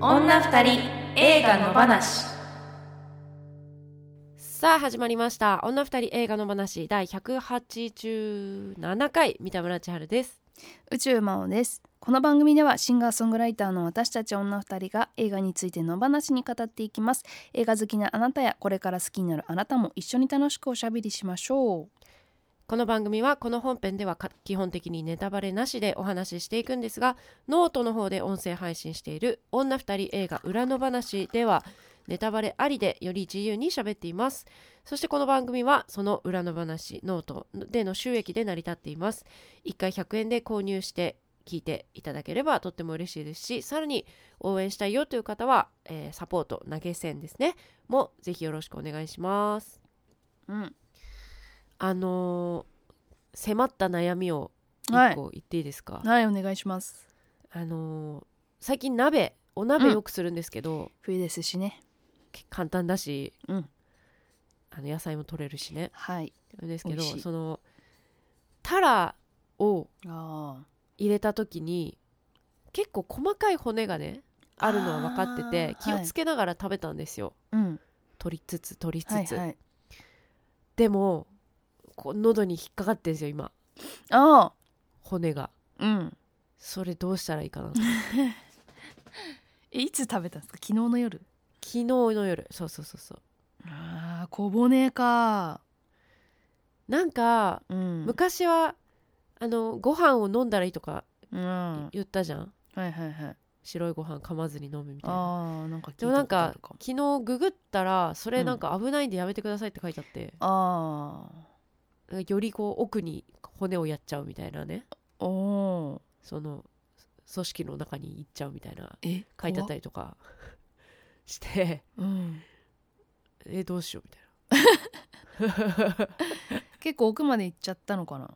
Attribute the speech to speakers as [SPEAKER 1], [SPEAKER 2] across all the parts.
[SPEAKER 1] な二人映画の話
[SPEAKER 2] さあ始まりました女二人映画の話第187回三田村千春です
[SPEAKER 3] 宇宙魔王ですこの番組ではシンガーソングライターの私たち女二人が映画についての話に語っていきます映画好きなあなたやこれから好きになるあなたも一緒に楽しくおしゃべりしましょう
[SPEAKER 2] この番組はこの本編ではか基本的にネタバレなしでお話ししていくんですがノートの方で音声配信している女二人映画裏の話ではネタバレありでより自由に喋っていますそしてこの番組はその裏の話ノートでの収益で成り立っています1回100円で購入して聞いていただければとっても嬉しいですしさらに応援したいよという方は、えーサポート投げ銭ですねもぜひよろしくお願いします
[SPEAKER 3] うん
[SPEAKER 2] あのー迫った悩みを
[SPEAKER 3] は
[SPEAKER 2] 一
[SPEAKER 3] い
[SPEAKER 2] 個言っていいですか、
[SPEAKER 3] はいお願いします
[SPEAKER 2] あのー最近鍋お鍋よくするんですけど、
[SPEAKER 3] 冬ですしね
[SPEAKER 2] け簡単だし、
[SPEAKER 3] うん
[SPEAKER 2] あの野菜も取れるしね
[SPEAKER 3] はい
[SPEAKER 2] ですけ
[SPEAKER 3] 美
[SPEAKER 2] ど
[SPEAKER 3] 味しい
[SPEAKER 2] そのタラを
[SPEAKER 3] あ
[SPEAKER 2] 入れた時に結構細かい骨がねあるのは分かってて
[SPEAKER 3] あー
[SPEAKER 2] 気を
[SPEAKER 3] はい
[SPEAKER 2] つけながら食べたんですよ、
[SPEAKER 3] ーうん
[SPEAKER 2] 取りつつ取りつ
[SPEAKER 3] はい
[SPEAKER 2] つ、
[SPEAKER 3] はい
[SPEAKER 2] でもこう喉に引っかかってるんですよ今
[SPEAKER 3] あ
[SPEAKER 2] 骨が
[SPEAKER 3] あうん
[SPEAKER 2] それどうしたらいいかな
[SPEAKER 3] えいつ食べたんですか昨日の夜
[SPEAKER 2] 昨日の夜そうそうそうそう
[SPEAKER 3] ああ小骨か
[SPEAKER 2] なんか
[SPEAKER 3] うん
[SPEAKER 2] 昔は、あのご飯を飲んだらいいとか
[SPEAKER 3] うんは
[SPEAKER 2] 言ったじゃん、
[SPEAKER 3] いはいはい
[SPEAKER 2] 白いご飯噛まずに飲むみたいな
[SPEAKER 3] ああなんか聞い
[SPEAKER 2] で
[SPEAKER 3] た
[SPEAKER 2] も
[SPEAKER 3] こ
[SPEAKER 2] なん
[SPEAKER 3] とあ
[SPEAKER 2] か
[SPEAKER 3] るかも
[SPEAKER 2] 昨日ググったらそれなんか危ないんでやめてくださいって書いてあって、
[SPEAKER 3] あ
[SPEAKER 2] なんかよりこう奥に骨をやっちゃうみたいなね
[SPEAKER 3] あおー
[SPEAKER 2] その組織の中に行っちゃうみたいな
[SPEAKER 3] え
[SPEAKER 2] 書いてあった
[SPEAKER 3] り
[SPEAKER 2] りとかして
[SPEAKER 3] うん
[SPEAKER 2] えどうしようみたいな
[SPEAKER 3] 結構奥まで行っちゃったのかな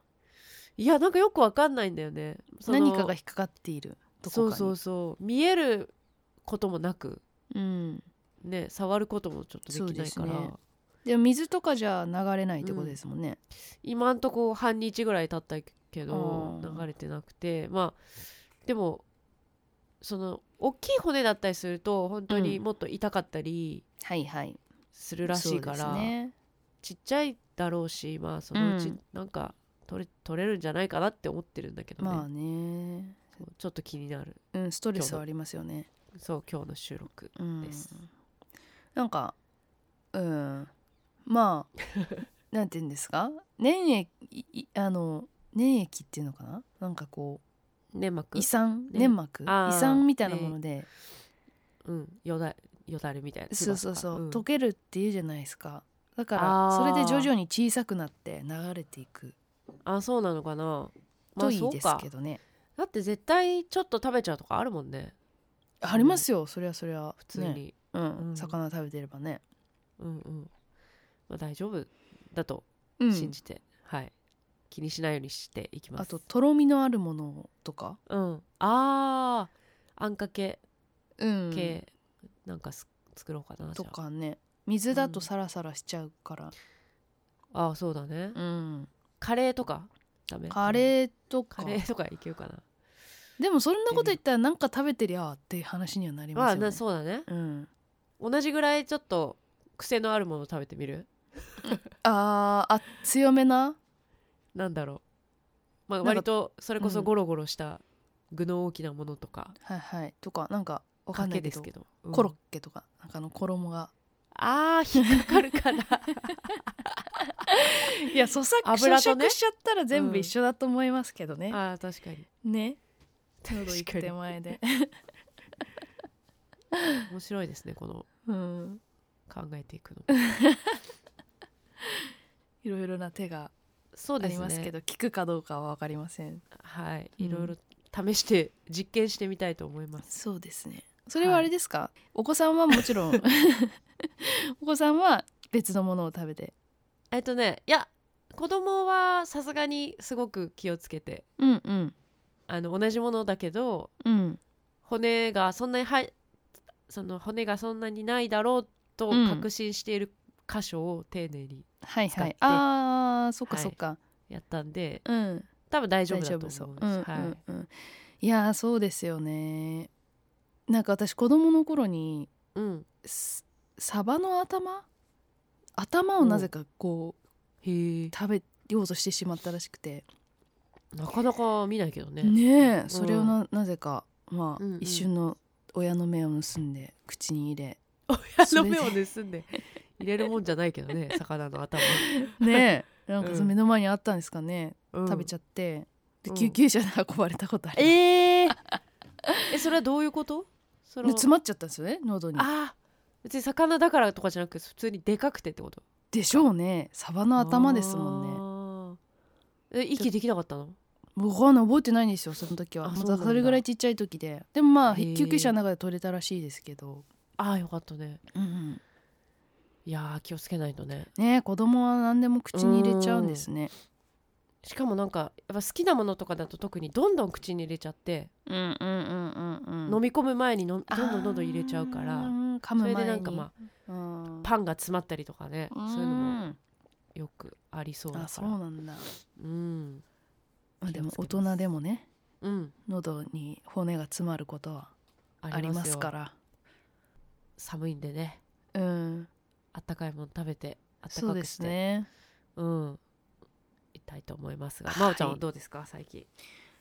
[SPEAKER 3] い
[SPEAKER 2] やなんかよくわかんないんだよねその
[SPEAKER 3] 何かが引っかかっているどこか
[SPEAKER 2] そ
[SPEAKER 3] に
[SPEAKER 2] うそうそう見えることもなく
[SPEAKER 3] うん、
[SPEAKER 2] ね触ることもちょっとできないから、
[SPEAKER 3] そうですねでも水とかじゃ流れないってことですもんね、
[SPEAKER 2] 今んとこ半日ぐらい経ったけど
[SPEAKER 3] あー
[SPEAKER 2] 流れてなくてまあでもその大きい骨だったりすると本当に
[SPEAKER 3] うん
[SPEAKER 2] もっと痛かったり
[SPEAKER 3] はいはい
[SPEAKER 2] するらしいから、
[SPEAKER 3] そうですね
[SPEAKER 2] ちっちゃいだろうしまあそのう
[SPEAKER 3] う
[SPEAKER 2] ち
[SPEAKER 3] ん
[SPEAKER 2] なんか取れ取れるんじゃないかなって思ってるんだけどね、
[SPEAKER 3] まあね
[SPEAKER 2] そうちょっと気になる
[SPEAKER 3] うんストレスはありますよね
[SPEAKER 2] そう今日の収録
[SPEAKER 3] うん
[SPEAKER 2] です
[SPEAKER 3] なんかうんまあ なんて言うんですか粘液いいあの粘液っていうのかななんかこ
[SPEAKER 2] 粘
[SPEAKER 3] う
[SPEAKER 2] 膜
[SPEAKER 3] 遺産
[SPEAKER 2] ね
[SPEAKER 3] 粘膜遺
[SPEAKER 2] あー
[SPEAKER 3] 産みたいなもので、
[SPEAKER 2] うんよだよだれみたいな
[SPEAKER 3] そうそうそう、
[SPEAKER 2] ん
[SPEAKER 3] 溶けるっていうじゃないですかだか
[SPEAKER 2] あ
[SPEAKER 3] ら
[SPEAKER 2] ー
[SPEAKER 3] それで徐々に小さくなって流れていく
[SPEAKER 2] あそうなのかなま
[SPEAKER 3] と
[SPEAKER 2] あ
[SPEAKER 3] い
[SPEAKER 2] そ
[SPEAKER 3] いうです
[SPEAKER 2] か
[SPEAKER 3] けどね、
[SPEAKER 2] だって絶対ちょっと食べちゃうとかあるもんね
[SPEAKER 3] あ、りますよそりゃそりゃ
[SPEAKER 2] 普通に、
[SPEAKER 3] ねうん
[SPEAKER 2] うん
[SPEAKER 3] 魚食べてればね、
[SPEAKER 2] うんうんまあ大丈夫だと
[SPEAKER 3] うん
[SPEAKER 2] 信じて、はい気にしないようにしていきます
[SPEAKER 3] あととろみのあるものとか、
[SPEAKER 2] うんあーあんかけ
[SPEAKER 3] うん
[SPEAKER 2] 系なんかす、作ろうかな
[SPEAKER 3] と
[SPEAKER 2] じゃ
[SPEAKER 3] かね水だと
[SPEAKER 2] うん
[SPEAKER 3] サラサラしちゃうから、
[SPEAKER 2] ああーそうだね、
[SPEAKER 3] うん、
[SPEAKER 2] カレーとかダメ
[SPEAKER 3] カレーとか
[SPEAKER 2] カレーとかいけるかな
[SPEAKER 3] でもそんなこと言ったらなんか食べてりゃあって話にはなり
[SPEAKER 2] ま
[SPEAKER 3] ま
[SPEAKER 2] あ
[SPEAKER 3] すよね、
[SPEAKER 2] なそうだね
[SPEAKER 3] うん、
[SPEAKER 2] 同じぐらいちょっと癖のあるもの食べてみる
[SPEAKER 3] あーあ強めな
[SPEAKER 2] なんだろう、まあ、
[SPEAKER 3] なんか
[SPEAKER 2] 割とそれこそ
[SPEAKER 3] うん
[SPEAKER 2] ゴロゴロした具の大きなものとか、
[SPEAKER 3] はいはいとかなんかわか
[SPEAKER 2] か
[SPEAKER 3] んな
[SPEAKER 2] け
[SPEAKER 3] いけ
[SPEAKER 2] で
[SPEAKER 3] ど
[SPEAKER 2] すけど、うん
[SPEAKER 3] コロッケとかなんかあの衣が
[SPEAKER 2] あー引っかかるかな
[SPEAKER 3] いや咀嚼
[SPEAKER 2] 油とね
[SPEAKER 3] 咀嚼しちゃったら全部一緒だと思いますけどね、
[SPEAKER 2] あー確かに
[SPEAKER 3] ね喉行
[SPEAKER 2] 確
[SPEAKER 3] く
[SPEAKER 2] かに
[SPEAKER 3] 手前で
[SPEAKER 2] 面白いですねこの
[SPEAKER 3] うん
[SPEAKER 2] 考えていくの
[SPEAKER 3] いろいろな手が
[SPEAKER 2] そう
[SPEAKER 3] あ
[SPEAKER 2] で
[SPEAKER 3] り
[SPEAKER 2] すね
[SPEAKER 3] ますけど聞くかどうかは分かりません
[SPEAKER 2] はい
[SPEAKER 3] うん
[SPEAKER 2] いろいろ試して実験してみたいと思います、
[SPEAKER 3] そうですねそれはあれですか、お子さんはもちろ んお子さんは別のものを食べて
[SPEAKER 2] えっとねいや子供はさすがにすごく気をつけて
[SPEAKER 3] うんうん
[SPEAKER 2] あの同じものだけど
[SPEAKER 3] うん
[SPEAKER 2] 骨がそんなにはいその骨がそんなにないだろうと
[SPEAKER 3] うん
[SPEAKER 2] 確信している箇所を丁寧に
[SPEAKER 3] はい
[SPEAKER 2] 使
[SPEAKER 3] は
[SPEAKER 2] って
[SPEAKER 3] いあーそっか
[SPEAKER 2] はい
[SPEAKER 3] そっか、
[SPEAKER 2] やったんで
[SPEAKER 3] うん
[SPEAKER 2] 多分大丈夫
[SPEAKER 3] 大
[SPEAKER 2] だと
[SPEAKER 3] 丈
[SPEAKER 2] 思
[SPEAKER 3] 夫
[SPEAKER 2] う
[SPEAKER 3] そううんうん
[SPEAKER 2] はい
[SPEAKER 3] うんいやーそうですよねなんか私子供の頃に
[SPEAKER 2] うん
[SPEAKER 3] すサバの頭頭をなぜかこう
[SPEAKER 2] へえ
[SPEAKER 3] 食べようとしてしまったらしくて
[SPEAKER 2] なかなか見ないけどね
[SPEAKER 3] ねえそれをな,、なぜかまあ、
[SPEAKER 2] うんうん
[SPEAKER 3] 一瞬の親の目を盗んで口 に入れ
[SPEAKER 2] 親の目を盗んで入れるもんじゃないけ どね魚の頭、
[SPEAKER 3] ねえなんかそう
[SPEAKER 2] うん
[SPEAKER 3] 目の前にあったんですかね、
[SPEAKER 2] うん
[SPEAKER 3] 食べちゃってで
[SPEAKER 2] うん
[SPEAKER 3] 救急車で運ばれたことあります、
[SPEAKER 2] ええ えそれはどういうことそ
[SPEAKER 3] で
[SPEAKER 2] の
[SPEAKER 3] 詰まっちゃったんですよね喉に
[SPEAKER 2] あー別に魚だからとかじゃなく普通にでかくてってこと
[SPEAKER 3] でしょうねサバの頭ですもんね
[SPEAKER 2] ねえ息できなかったの
[SPEAKER 3] 僕は覚えてないんですよその時は
[SPEAKER 2] あ
[SPEAKER 3] ま
[SPEAKER 2] そうな
[SPEAKER 3] た
[SPEAKER 2] んだ
[SPEAKER 3] それぐらいちっちゃい時ででもまあ
[SPEAKER 2] へえ
[SPEAKER 3] 救急車の中で取れたらしいですけど、
[SPEAKER 2] ああよかったね
[SPEAKER 3] うんうん
[SPEAKER 2] いやー気をつけないとね
[SPEAKER 3] ねえ子供は何でも口に入れちゃうんですね
[SPEAKER 2] しかもなんかやっぱ好きなものとかだと特にどんどん口に入れちゃって、
[SPEAKER 3] うんうんうんうんうん
[SPEAKER 2] 飲み込む前にのどんどんどんどん入れちゃうか
[SPEAKER 3] あー
[SPEAKER 2] ら
[SPEAKER 3] うん噛む
[SPEAKER 2] そ
[SPEAKER 3] 前
[SPEAKER 2] れ
[SPEAKER 3] に
[SPEAKER 2] でなんかまあ
[SPEAKER 3] うん
[SPEAKER 2] パンが詰まったりとかねそういうのも
[SPEAKER 3] うん
[SPEAKER 2] よくありそうだ
[SPEAKER 3] あ
[SPEAKER 2] か
[SPEAKER 3] そう
[SPEAKER 2] ら
[SPEAKER 3] なんだ
[SPEAKER 2] うん
[SPEAKER 3] まあでも
[SPEAKER 2] 気を
[SPEAKER 3] 大
[SPEAKER 2] つけます
[SPEAKER 3] 人でもね
[SPEAKER 2] うん
[SPEAKER 3] 喉に骨が詰まることはあります
[SPEAKER 2] よ
[SPEAKER 3] から
[SPEAKER 2] 寒いんでね
[SPEAKER 3] うん
[SPEAKER 2] あったかいもの食べてあった
[SPEAKER 3] そう
[SPEAKER 2] か
[SPEAKER 3] で
[SPEAKER 2] くし
[SPEAKER 3] す
[SPEAKER 2] て
[SPEAKER 3] ね
[SPEAKER 2] うんいたいと思いますが
[SPEAKER 3] はい
[SPEAKER 2] 真央ちゃんはどうですか最近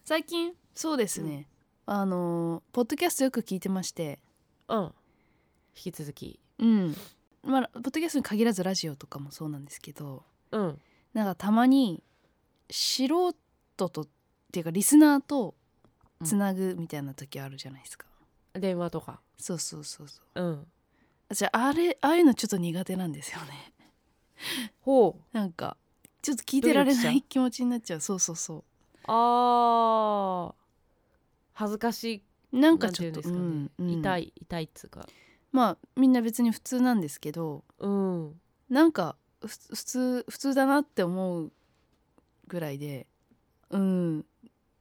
[SPEAKER 3] 最近そうですね、あのポッドキャストよく聞いてまして
[SPEAKER 2] うん引き続き
[SPEAKER 3] うんまあポッドキャストに限らずラジオとかもそうなんですけど
[SPEAKER 2] うん
[SPEAKER 3] なんかたまに素人とっていうかリスナーとつなぐみたいな時あるじゃないですか、
[SPEAKER 2] 電話とか
[SPEAKER 3] そうそうそうそう
[SPEAKER 2] うん
[SPEAKER 3] 私あれああいうのちょっと苦手なんですよね
[SPEAKER 2] ほう
[SPEAKER 3] なんかちょっと聞いてられ
[SPEAKER 2] ドキド
[SPEAKER 3] な
[SPEAKER 2] キし
[SPEAKER 3] い気持ちになっちゃうそうそうそ
[SPEAKER 2] あー恥ずかしい、
[SPEAKER 3] うな
[SPEAKER 2] なんん
[SPEAKER 3] かちょっと
[SPEAKER 2] ていうんですかね
[SPEAKER 3] うんうん
[SPEAKER 2] 痛い痛いっつうか、
[SPEAKER 3] まあみんな別に普通なんですけど
[SPEAKER 2] うん、
[SPEAKER 3] なんかふ普通普通だなって思うぐらいでうん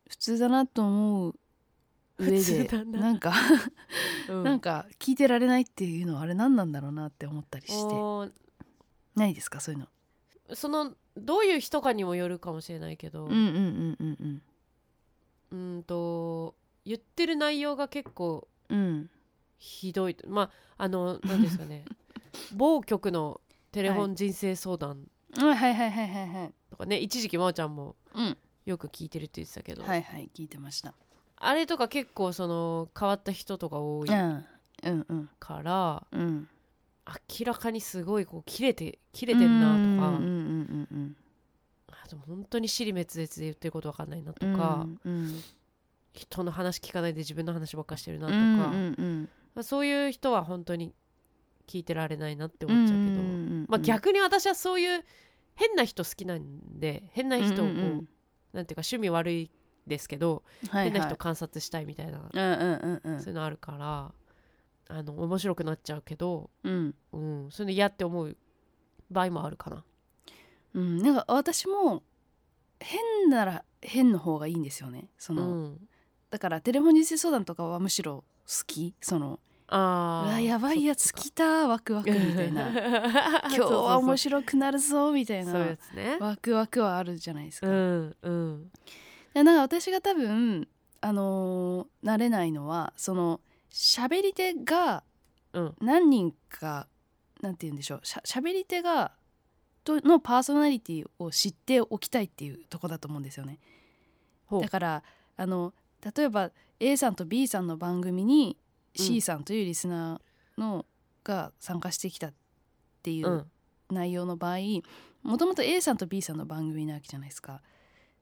[SPEAKER 3] 普通だなと思う上
[SPEAKER 2] 普通
[SPEAKER 3] で
[SPEAKER 2] だな
[SPEAKER 3] なんか、
[SPEAKER 2] うん、
[SPEAKER 3] なんか聞いてられないっていうのはあれ何なんだろうなって思ったりして
[SPEAKER 2] おー
[SPEAKER 3] ないですかそういうの
[SPEAKER 2] そのどういう人かにもよるかもしれないけど、
[SPEAKER 3] うんうんうんうん
[SPEAKER 2] うんと言ってる内容が結構
[SPEAKER 3] うんうん
[SPEAKER 2] ひどいまああの何ですか ね某局のテレフォン人生相談
[SPEAKER 3] はいはいはいはいはいはい
[SPEAKER 2] とかね、一時期真央ちゃんも
[SPEAKER 3] うん
[SPEAKER 2] よく聞いてるって言ってたけど、
[SPEAKER 3] はいはい聞いてました
[SPEAKER 2] あれとか結構その変わった人とか多
[SPEAKER 3] う
[SPEAKER 2] い
[SPEAKER 3] んうんうん
[SPEAKER 2] から、
[SPEAKER 3] うん
[SPEAKER 2] 明らかにすごいこう切れて切
[SPEAKER 3] 出
[SPEAKER 2] れてんなと
[SPEAKER 3] うん
[SPEAKER 2] か
[SPEAKER 3] うんうん
[SPEAKER 2] あでも本当に尻滅裂で言ってることわかんないなと
[SPEAKER 3] うん
[SPEAKER 2] か、
[SPEAKER 3] うん
[SPEAKER 2] 人の話聞かないで自分の話ばっかしてるな
[SPEAKER 3] うん
[SPEAKER 2] と
[SPEAKER 3] う
[SPEAKER 2] か、
[SPEAKER 3] ん
[SPEAKER 2] ま
[SPEAKER 3] うん
[SPEAKER 2] あ、そういう人は本当に聞いてられないなって
[SPEAKER 3] う
[SPEAKER 2] 思
[SPEAKER 3] ん
[SPEAKER 2] っちゃうけど。
[SPEAKER 3] うん
[SPEAKER 2] まあ、逆に私はそういう変な人好きなんで変な人をこう、
[SPEAKER 3] うんうん
[SPEAKER 2] なんていうか趣味悪いですけど、
[SPEAKER 3] うんはいはい
[SPEAKER 2] 変な人観察したいみたいな、
[SPEAKER 3] うんうんうんうん
[SPEAKER 2] そういうのあるからあの面白くなっちゃうけど、
[SPEAKER 3] うん
[SPEAKER 2] うん、そういうの嫌って思う場合もあるかな。
[SPEAKER 3] うん、なんか私も変なら変の方がいいんですよねそうの、
[SPEAKER 2] ん、
[SPEAKER 3] だからテレフォン人生相談とかはむしろ好きそのう
[SPEAKER 2] あー
[SPEAKER 3] わやばいやつ来たワクワクみたい な今日は面白くなるぞみた
[SPEAKER 2] い
[SPEAKER 3] い
[SPEAKER 2] そうそうそういう
[SPEAKER 3] な
[SPEAKER 2] やつね。
[SPEAKER 3] ワクワクはあるじゃないですか、
[SPEAKER 2] うんうん
[SPEAKER 3] でなんか私が多分あのー慣れないのはその喋り手が
[SPEAKER 2] うん
[SPEAKER 3] 何人かなんて言うんでしょうしゃ喋り手がとのパーソナリティを知っておきたいっていうとこだと思うんですよね。
[SPEAKER 2] ほう
[SPEAKER 3] だからあの例えば A さんと B さんの番組に
[SPEAKER 2] うん
[SPEAKER 3] C さんというリスナーの、が参加してきたっていううん内容の場合もともと A さんと B さんの番組なわけじゃないですか。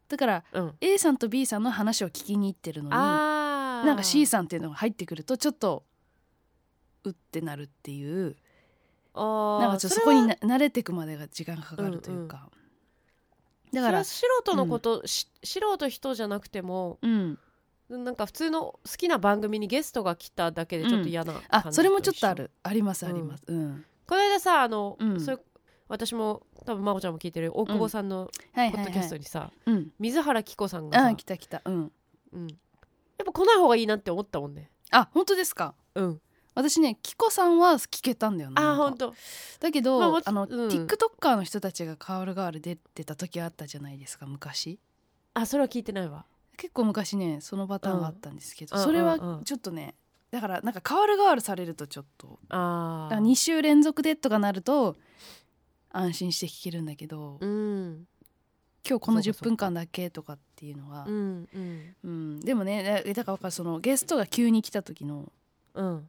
[SPEAKER 3] だから
[SPEAKER 2] うん、
[SPEAKER 3] A さんと B さんの話を聞きに行ってるのに
[SPEAKER 2] あー
[SPEAKER 3] なんか C さんっていうのが入ってくるとちょっとうってなるっていう
[SPEAKER 2] あー
[SPEAKER 3] なんかちょっとそ
[SPEAKER 2] れ
[SPEAKER 3] こ
[SPEAKER 2] は
[SPEAKER 3] にな慣れてくまでが時間がかかるというか、だから
[SPEAKER 2] それは素人のこと、し素人人じゃなくても
[SPEAKER 3] うん
[SPEAKER 2] なんか普通の好きな番組にゲストが来ただけでちょっと嫌な感じ、
[SPEAKER 3] あそれもちょっとあるありますあります、うん
[SPEAKER 2] この間さあの、
[SPEAKER 3] うん
[SPEAKER 2] それ私も多分真央ちゃんも聞いてる大久保さんの
[SPEAKER 3] はい
[SPEAKER 2] ポ
[SPEAKER 3] は
[SPEAKER 2] ッド
[SPEAKER 3] い
[SPEAKER 2] キャス
[SPEAKER 3] は
[SPEAKER 2] ト
[SPEAKER 3] い、
[SPEAKER 2] にさ、
[SPEAKER 3] うん、
[SPEAKER 2] 水原希子さんが
[SPEAKER 3] あ
[SPEAKER 2] さ
[SPEAKER 3] 来、た来たうん
[SPEAKER 2] うん、やっぱ来ない方がいいなって思ったもんね
[SPEAKER 3] あ本当ですか
[SPEAKER 2] うん
[SPEAKER 3] 私ねキコさんは聞けたんだよな
[SPEAKER 2] あ
[SPEAKER 3] なんか
[SPEAKER 2] 本当
[SPEAKER 3] だけど、
[SPEAKER 2] まあ
[SPEAKER 3] あ、
[SPEAKER 2] もち
[SPEAKER 3] の、
[SPEAKER 2] うん
[SPEAKER 3] TikToker の人たちがカールガール出てた時あったじゃないですか昔
[SPEAKER 2] あそれは聞いてないわ
[SPEAKER 3] 結構昔ねそのパターンがあったんですけど、
[SPEAKER 2] うん
[SPEAKER 3] それ
[SPEAKER 2] うんうんう
[SPEAKER 3] は
[SPEAKER 2] ん
[SPEAKER 3] ちょっとねだからなんか変わる変わるされるとちょっと
[SPEAKER 2] あ
[SPEAKER 3] だ
[SPEAKER 2] あ
[SPEAKER 3] から2週連続でとかなると安心して聞けるんだけど、
[SPEAKER 2] うん
[SPEAKER 3] 今日この
[SPEAKER 2] そうか
[SPEAKER 3] 10
[SPEAKER 2] そう
[SPEAKER 3] 分
[SPEAKER 2] か
[SPEAKER 3] 間だけとかっていうのは
[SPEAKER 2] う、んうん
[SPEAKER 3] うん、でもねだだからそのゲストが急に来た時の
[SPEAKER 2] うん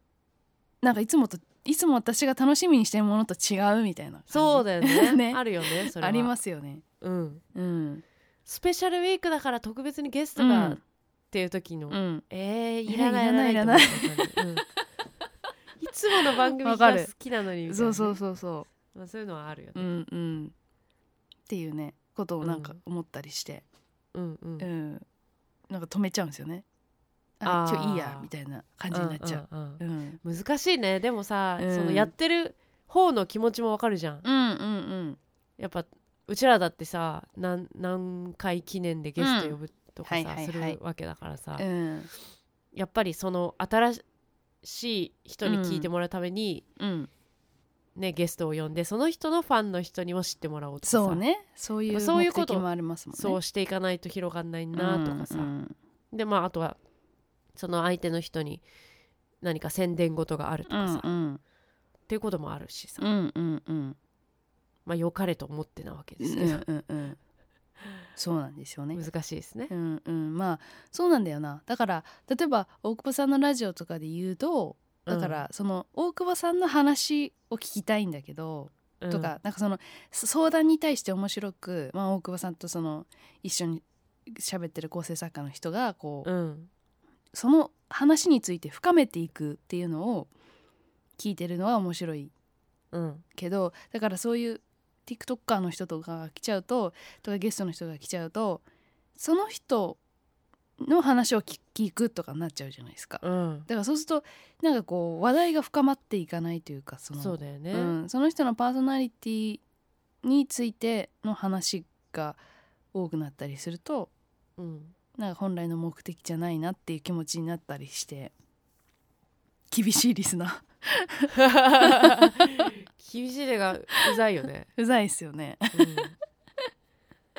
[SPEAKER 3] なんかいつもといつも私が楽しみにしてるものと違うみたいな感じ
[SPEAKER 2] そうだよね
[SPEAKER 3] ね
[SPEAKER 2] あるよねそれは、
[SPEAKER 3] ありますすよね。
[SPEAKER 2] うん、
[SPEAKER 3] うん、
[SPEAKER 2] スペシャルウィークだから特別にゲス
[SPEAKER 3] う
[SPEAKER 2] トが、っ
[SPEAKER 3] ん、
[SPEAKER 2] ていう時の、
[SPEAKER 3] うん、
[SPEAKER 2] えー、
[SPEAKER 3] い
[SPEAKER 2] いらない
[SPEAKER 3] いらない
[SPEAKER 2] いらないと思ういつもの番組
[SPEAKER 3] わ
[SPEAKER 2] が
[SPEAKER 3] かる
[SPEAKER 2] 好きなのにみたいなね
[SPEAKER 3] そうそうそうそ
[SPEAKER 2] まあ、そういうのはあるよ
[SPEAKER 3] う、
[SPEAKER 2] ね、
[SPEAKER 3] うん、うん、っていうねことをなんか思ったりして、
[SPEAKER 2] うんうん
[SPEAKER 3] うん、なんか止めちゃうんですよね。あ
[SPEAKER 2] あー
[SPEAKER 3] 今日いいやみたいな感じになっちゃう。
[SPEAKER 2] うんうん
[SPEAKER 3] うん、うん、
[SPEAKER 2] うん難しいねでもさ、
[SPEAKER 3] うん
[SPEAKER 2] そのやってる方の気持ちもわかるじゃん
[SPEAKER 3] うん、うん、
[SPEAKER 2] やっぱうちらだってさ何何回記念でゲスト呼ぶとかさ、
[SPEAKER 3] うんはいはい
[SPEAKER 2] す
[SPEAKER 3] はい
[SPEAKER 2] るわけだからさ、
[SPEAKER 3] うん、
[SPEAKER 2] やっぱりその新しい人に聞いてもらうために、
[SPEAKER 3] うん、
[SPEAKER 2] ね、ゲストを呼んでその人のファンの人にも知ってもらおうとかさ
[SPEAKER 3] そうね、そうい
[SPEAKER 2] や
[SPEAKER 3] う
[SPEAKER 2] っぱそういう
[SPEAKER 3] 目
[SPEAKER 2] こと
[SPEAKER 3] 的もありますもんね。
[SPEAKER 2] そうしていかないと広がんないなとかさ、
[SPEAKER 3] うん
[SPEAKER 2] でまああとはその相手の人に何か宣伝事があると
[SPEAKER 3] うん
[SPEAKER 2] かさ、
[SPEAKER 3] う
[SPEAKER 2] っ
[SPEAKER 3] ん
[SPEAKER 2] ていうこともあるしさ、
[SPEAKER 3] うんうん うん
[SPEAKER 2] まあ良かれと思ってなわけ
[SPEAKER 3] う
[SPEAKER 2] ですけど、
[SPEAKER 3] んうんうんそうなんですよね。
[SPEAKER 2] 難しいですね
[SPEAKER 3] う。んうんまあそうなんだよなだから例えば大久保さんのラジオとかで言うとだからその大久保さんの話を聞きたいんだけど、
[SPEAKER 2] うん
[SPEAKER 3] とかなんかそのそ相談に対して面白く、まあ、大久保さんとその一緒に喋ってる構成作家の人がこう、
[SPEAKER 2] うん
[SPEAKER 3] その話について深めていくっていうのを聞いてるのは面白い
[SPEAKER 2] うん
[SPEAKER 3] けどだからそういう TikToker の人とかが来ちゃうととかゲストの人が来ちゃうとその人の話を聞聞くとかになっちゃうじゃないですか。だ
[SPEAKER 2] うん
[SPEAKER 3] からそうするとなんかこう話題が深まっていかないというかその
[SPEAKER 2] そうだよね、
[SPEAKER 3] うん、その人のパーソナリティについての話が多くなったりすると
[SPEAKER 2] うん
[SPEAKER 3] なんか本来の目的じゃないなっていう気持ちになったりして厳しいリスナー
[SPEAKER 2] 厳しい手がうざいよね。
[SPEAKER 3] うざいですよね。
[SPEAKER 2] うん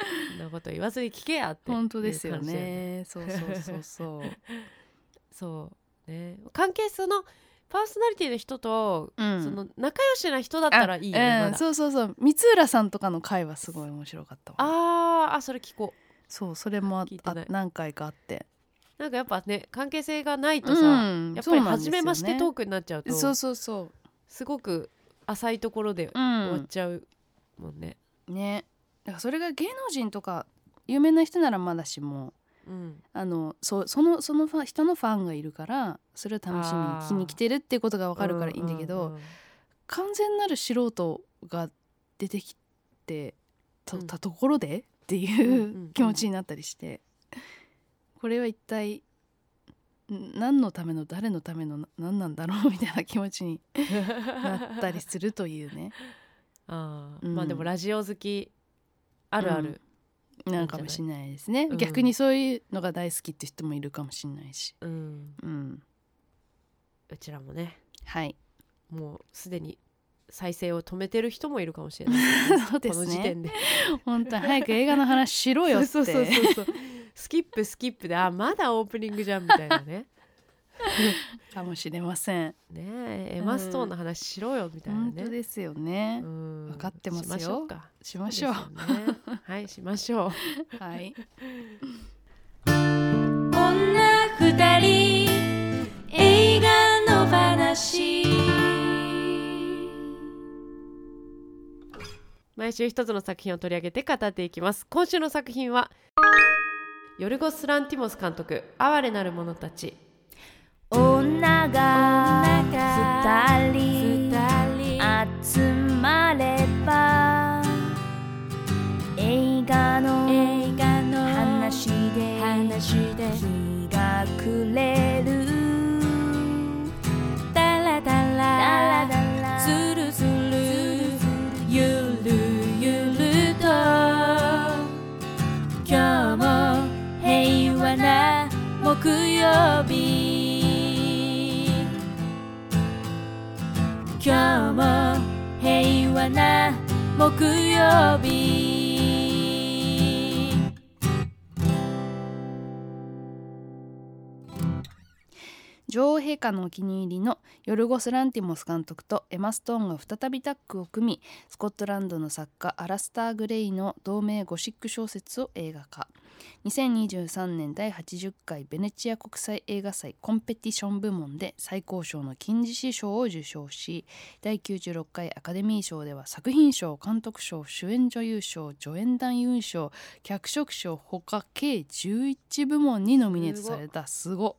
[SPEAKER 2] そんなこと言わずに聞けやって
[SPEAKER 3] 本当ですよ
[SPEAKER 2] いう感じだよ
[SPEAKER 3] ね。そうそうそうそう。
[SPEAKER 2] そうね関係そのパーソナリティの人と、
[SPEAKER 3] うん
[SPEAKER 2] その仲良しな人だったらいいよね
[SPEAKER 3] あう
[SPEAKER 2] ま
[SPEAKER 3] ん
[SPEAKER 2] だ
[SPEAKER 3] そうそうそう三浦さんとかの回はすごい面白かったわ
[SPEAKER 2] あーあそれ聞こ
[SPEAKER 3] そうそれもあ
[SPEAKER 2] 聞いて
[SPEAKER 3] あ
[SPEAKER 2] ない
[SPEAKER 3] 何回かあって
[SPEAKER 2] うなんかやっぱね関係性がないと
[SPEAKER 3] う
[SPEAKER 2] さ、
[SPEAKER 3] ん
[SPEAKER 2] やっ
[SPEAKER 3] そ
[SPEAKER 2] ぱ
[SPEAKER 3] う
[SPEAKER 2] り
[SPEAKER 3] なんです
[SPEAKER 2] 初め
[SPEAKER 3] よ
[SPEAKER 2] まして
[SPEAKER 3] ね
[SPEAKER 2] トークになっちゃうと
[SPEAKER 3] そうそうそ
[SPEAKER 2] すごく浅いところで
[SPEAKER 3] うう
[SPEAKER 2] 終わっ
[SPEAKER 3] ん
[SPEAKER 2] ちゃうもんね。
[SPEAKER 3] ねだからそれが芸能人とか有名な人ならまだしも
[SPEAKER 2] うん、
[SPEAKER 3] あのそうそのそのファン人のファンがいるからそれを楽しみに
[SPEAKER 2] あー
[SPEAKER 3] 聞きに来てるっていうことがわかるからいいんだけど、
[SPEAKER 2] うう
[SPEAKER 3] 完全なる素人が出てきてた
[SPEAKER 2] うん
[SPEAKER 3] たところで、って
[SPEAKER 2] うん
[SPEAKER 3] い
[SPEAKER 2] うんう
[SPEAKER 3] うん気持ちになったりして、これは一体ん何のための誰のためのな何なんだろうみたいな気持ちに
[SPEAKER 2] うんうん
[SPEAKER 3] なったりするとい うね
[SPEAKER 2] あー、
[SPEAKER 3] うん
[SPEAKER 2] まあでもラジオ好きあるある、
[SPEAKER 3] なんかもしれないですね、
[SPEAKER 2] うん
[SPEAKER 3] 逆にそういうのが大好きって人もいるかもしれないし、
[SPEAKER 2] うんう
[SPEAKER 3] うん、
[SPEAKER 2] ちらもね
[SPEAKER 3] はい
[SPEAKER 2] もうすでに再生を止めてる人もいるかもしれないですね、
[SPEAKER 3] そうで
[SPEAKER 2] この
[SPEAKER 3] す
[SPEAKER 2] 時
[SPEAKER 3] ね
[SPEAKER 2] 点で。
[SPEAKER 3] 本当に早く映画の話しろよっ て
[SPEAKER 2] そうそうそうそうスキップスキップであまだオープニングじゃんみたいなね
[SPEAKER 3] かもしれません、
[SPEAKER 2] ねえエマ・ストーンの話しろよみたいな
[SPEAKER 3] 本
[SPEAKER 2] ね、
[SPEAKER 3] 当ですよね、
[SPEAKER 2] うん
[SPEAKER 3] わかってます
[SPEAKER 2] し
[SPEAKER 3] よ
[SPEAKER 2] ましょうか
[SPEAKER 3] しましょう
[SPEAKER 2] そうですよね、はいしましょう
[SPEAKER 3] はい
[SPEAKER 1] こんな二人映画の話
[SPEAKER 2] 毎週一つの作品を取り上げて語っていきます今週の作品はヨルゴス・ランティモス監督「哀れなる者たち
[SPEAKER 1] 女が二人」集まれば映画の話で日が暮れるダラダラズルズルゆるゆると今日も平和な木曜日今日も平和な木曜日
[SPEAKER 3] 女王陛下のお気に入りのヨルゴス・ランティモス監督とエマ・ストーンが再びタッグを組みスコットランドの作家アラスター・グレイの同名ゴシック小説を映画化2023年第80回ベネチア国際映画祭コンペティション部門で最高賞の金獅子賞を受賞し第96回アカデミー賞では作品賞監督賞主演女優賞助演男優賞脚色賞ほか計11部門にノミネートされたすごっ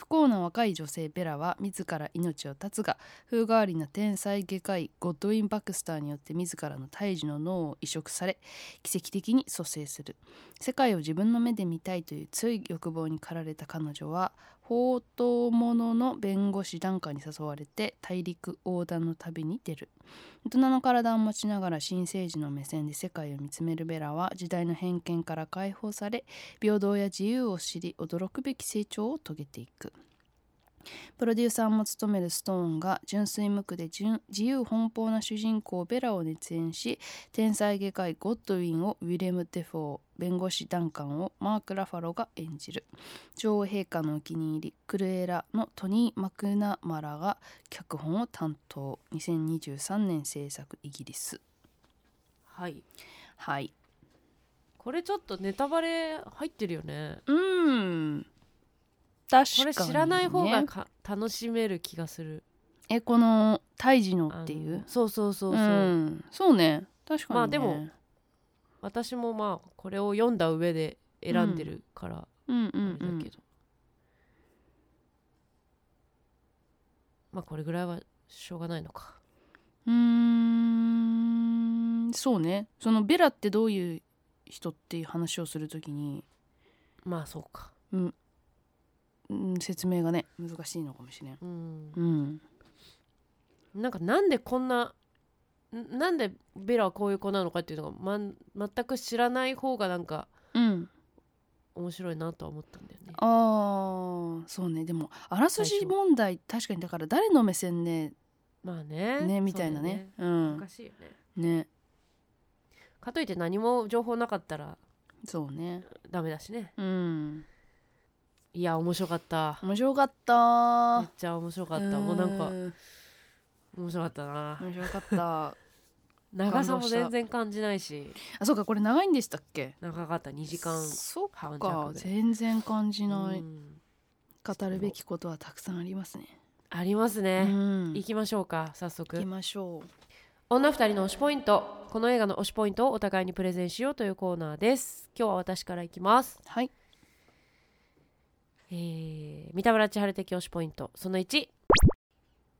[SPEAKER 3] 不幸な若い女性ベラは自ら命を絶つが風変わりな天才外科医ゴッドウィン・バクスターによって自らの胎児の脳を移植され奇跡的に蘇生する世界を自分の目で見たいという強い欲望に駆られた彼女は宝刀者の弁護士檀家に誘われて大陸横断の旅に出る大人の体を持ちながら新生児の目線で世界を見つめるベラは時代の偏見から解放され平等や自由を知り驚くべき成長を遂げていくプロデューサーも務めるストーンが純粋無垢で純自由奔放な主人公ベラを熱演し天才外科医ゴッドウィンをウィレム・デフォー弁護士ダンカンをマーク・ラファロが演じる女王陛下のお気に入りクルエラのトニー・マクナマラが脚本を担当2023年制作イギリス
[SPEAKER 2] はい
[SPEAKER 3] はい
[SPEAKER 2] これちょっとネタバレ入ってるよね
[SPEAKER 3] うーん確か
[SPEAKER 2] こ
[SPEAKER 3] に、ね、
[SPEAKER 2] れ知らない方がか楽しめる気がする
[SPEAKER 3] えこの胎児の
[SPEAKER 2] あの
[SPEAKER 3] っていう
[SPEAKER 2] そうそうそううそう、
[SPEAKER 3] んそうね確かに、ね、
[SPEAKER 2] まあでも私もまあこれを読んだ上で選んでるから
[SPEAKER 3] うんう
[SPEAKER 2] あれ
[SPEAKER 3] ん
[SPEAKER 2] だけど、
[SPEAKER 3] うん
[SPEAKER 2] まあこれぐらいはしょうがないのか
[SPEAKER 3] うーんそうねそのベラってどういう人っていう話をするときに、
[SPEAKER 2] まあそうか
[SPEAKER 3] うん、説明がね難しいのかもしれん、
[SPEAKER 2] うん
[SPEAKER 3] うん、
[SPEAKER 2] なんかなんでこんなんなんでベラはこういう子なのかっていうのが、まん、全く知らない方がなんか
[SPEAKER 3] うん、
[SPEAKER 2] 面白いなとは思ったんだよね
[SPEAKER 3] あーそうねでもあらすじ問題確かにだから誰の目線で
[SPEAKER 2] まあね
[SPEAKER 3] ねみたいなねう
[SPEAKER 2] そうだよね
[SPEAKER 3] ん
[SPEAKER 2] 難しいよね
[SPEAKER 3] ね
[SPEAKER 2] かといって何も情報なかったら
[SPEAKER 3] そうね
[SPEAKER 2] ダメだしね
[SPEAKER 3] うん
[SPEAKER 2] いや面白かった
[SPEAKER 3] 面白かった
[SPEAKER 2] めっ
[SPEAKER 3] ー
[SPEAKER 2] ちゃ面白かったもうなんか
[SPEAKER 3] ん
[SPEAKER 2] 面白かったな
[SPEAKER 3] 面白かった
[SPEAKER 2] 長さ
[SPEAKER 3] 感
[SPEAKER 2] も
[SPEAKER 3] 動した
[SPEAKER 2] 全然感じないし
[SPEAKER 3] あそうかこれ長いんでしたっけ
[SPEAKER 2] 長かった2時間
[SPEAKER 3] そっ
[SPEAKER 2] 半
[SPEAKER 3] か
[SPEAKER 2] 弱で
[SPEAKER 3] 全然感じない、
[SPEAKER 2] うん
[SPEAKER 3] 語るべきことはたくさんありますね
[SPEAKER 2] あります
[SPEAKER 3] う
[SPEAKER 2] ね、
[SPEAKER 3] ん
[SPEAKER 2] 行きましょうか早速
[SPEAKER 3] 行きましょう
[SPEAKER 2] 女二人の推しポイントこの映画の推しポイントをお互いにプレゼンしようというコーナーです今日は私からいきます、
[SPEAKER 3] はい
[SPEAKER 2] えー、三田村千春的推しポイントその1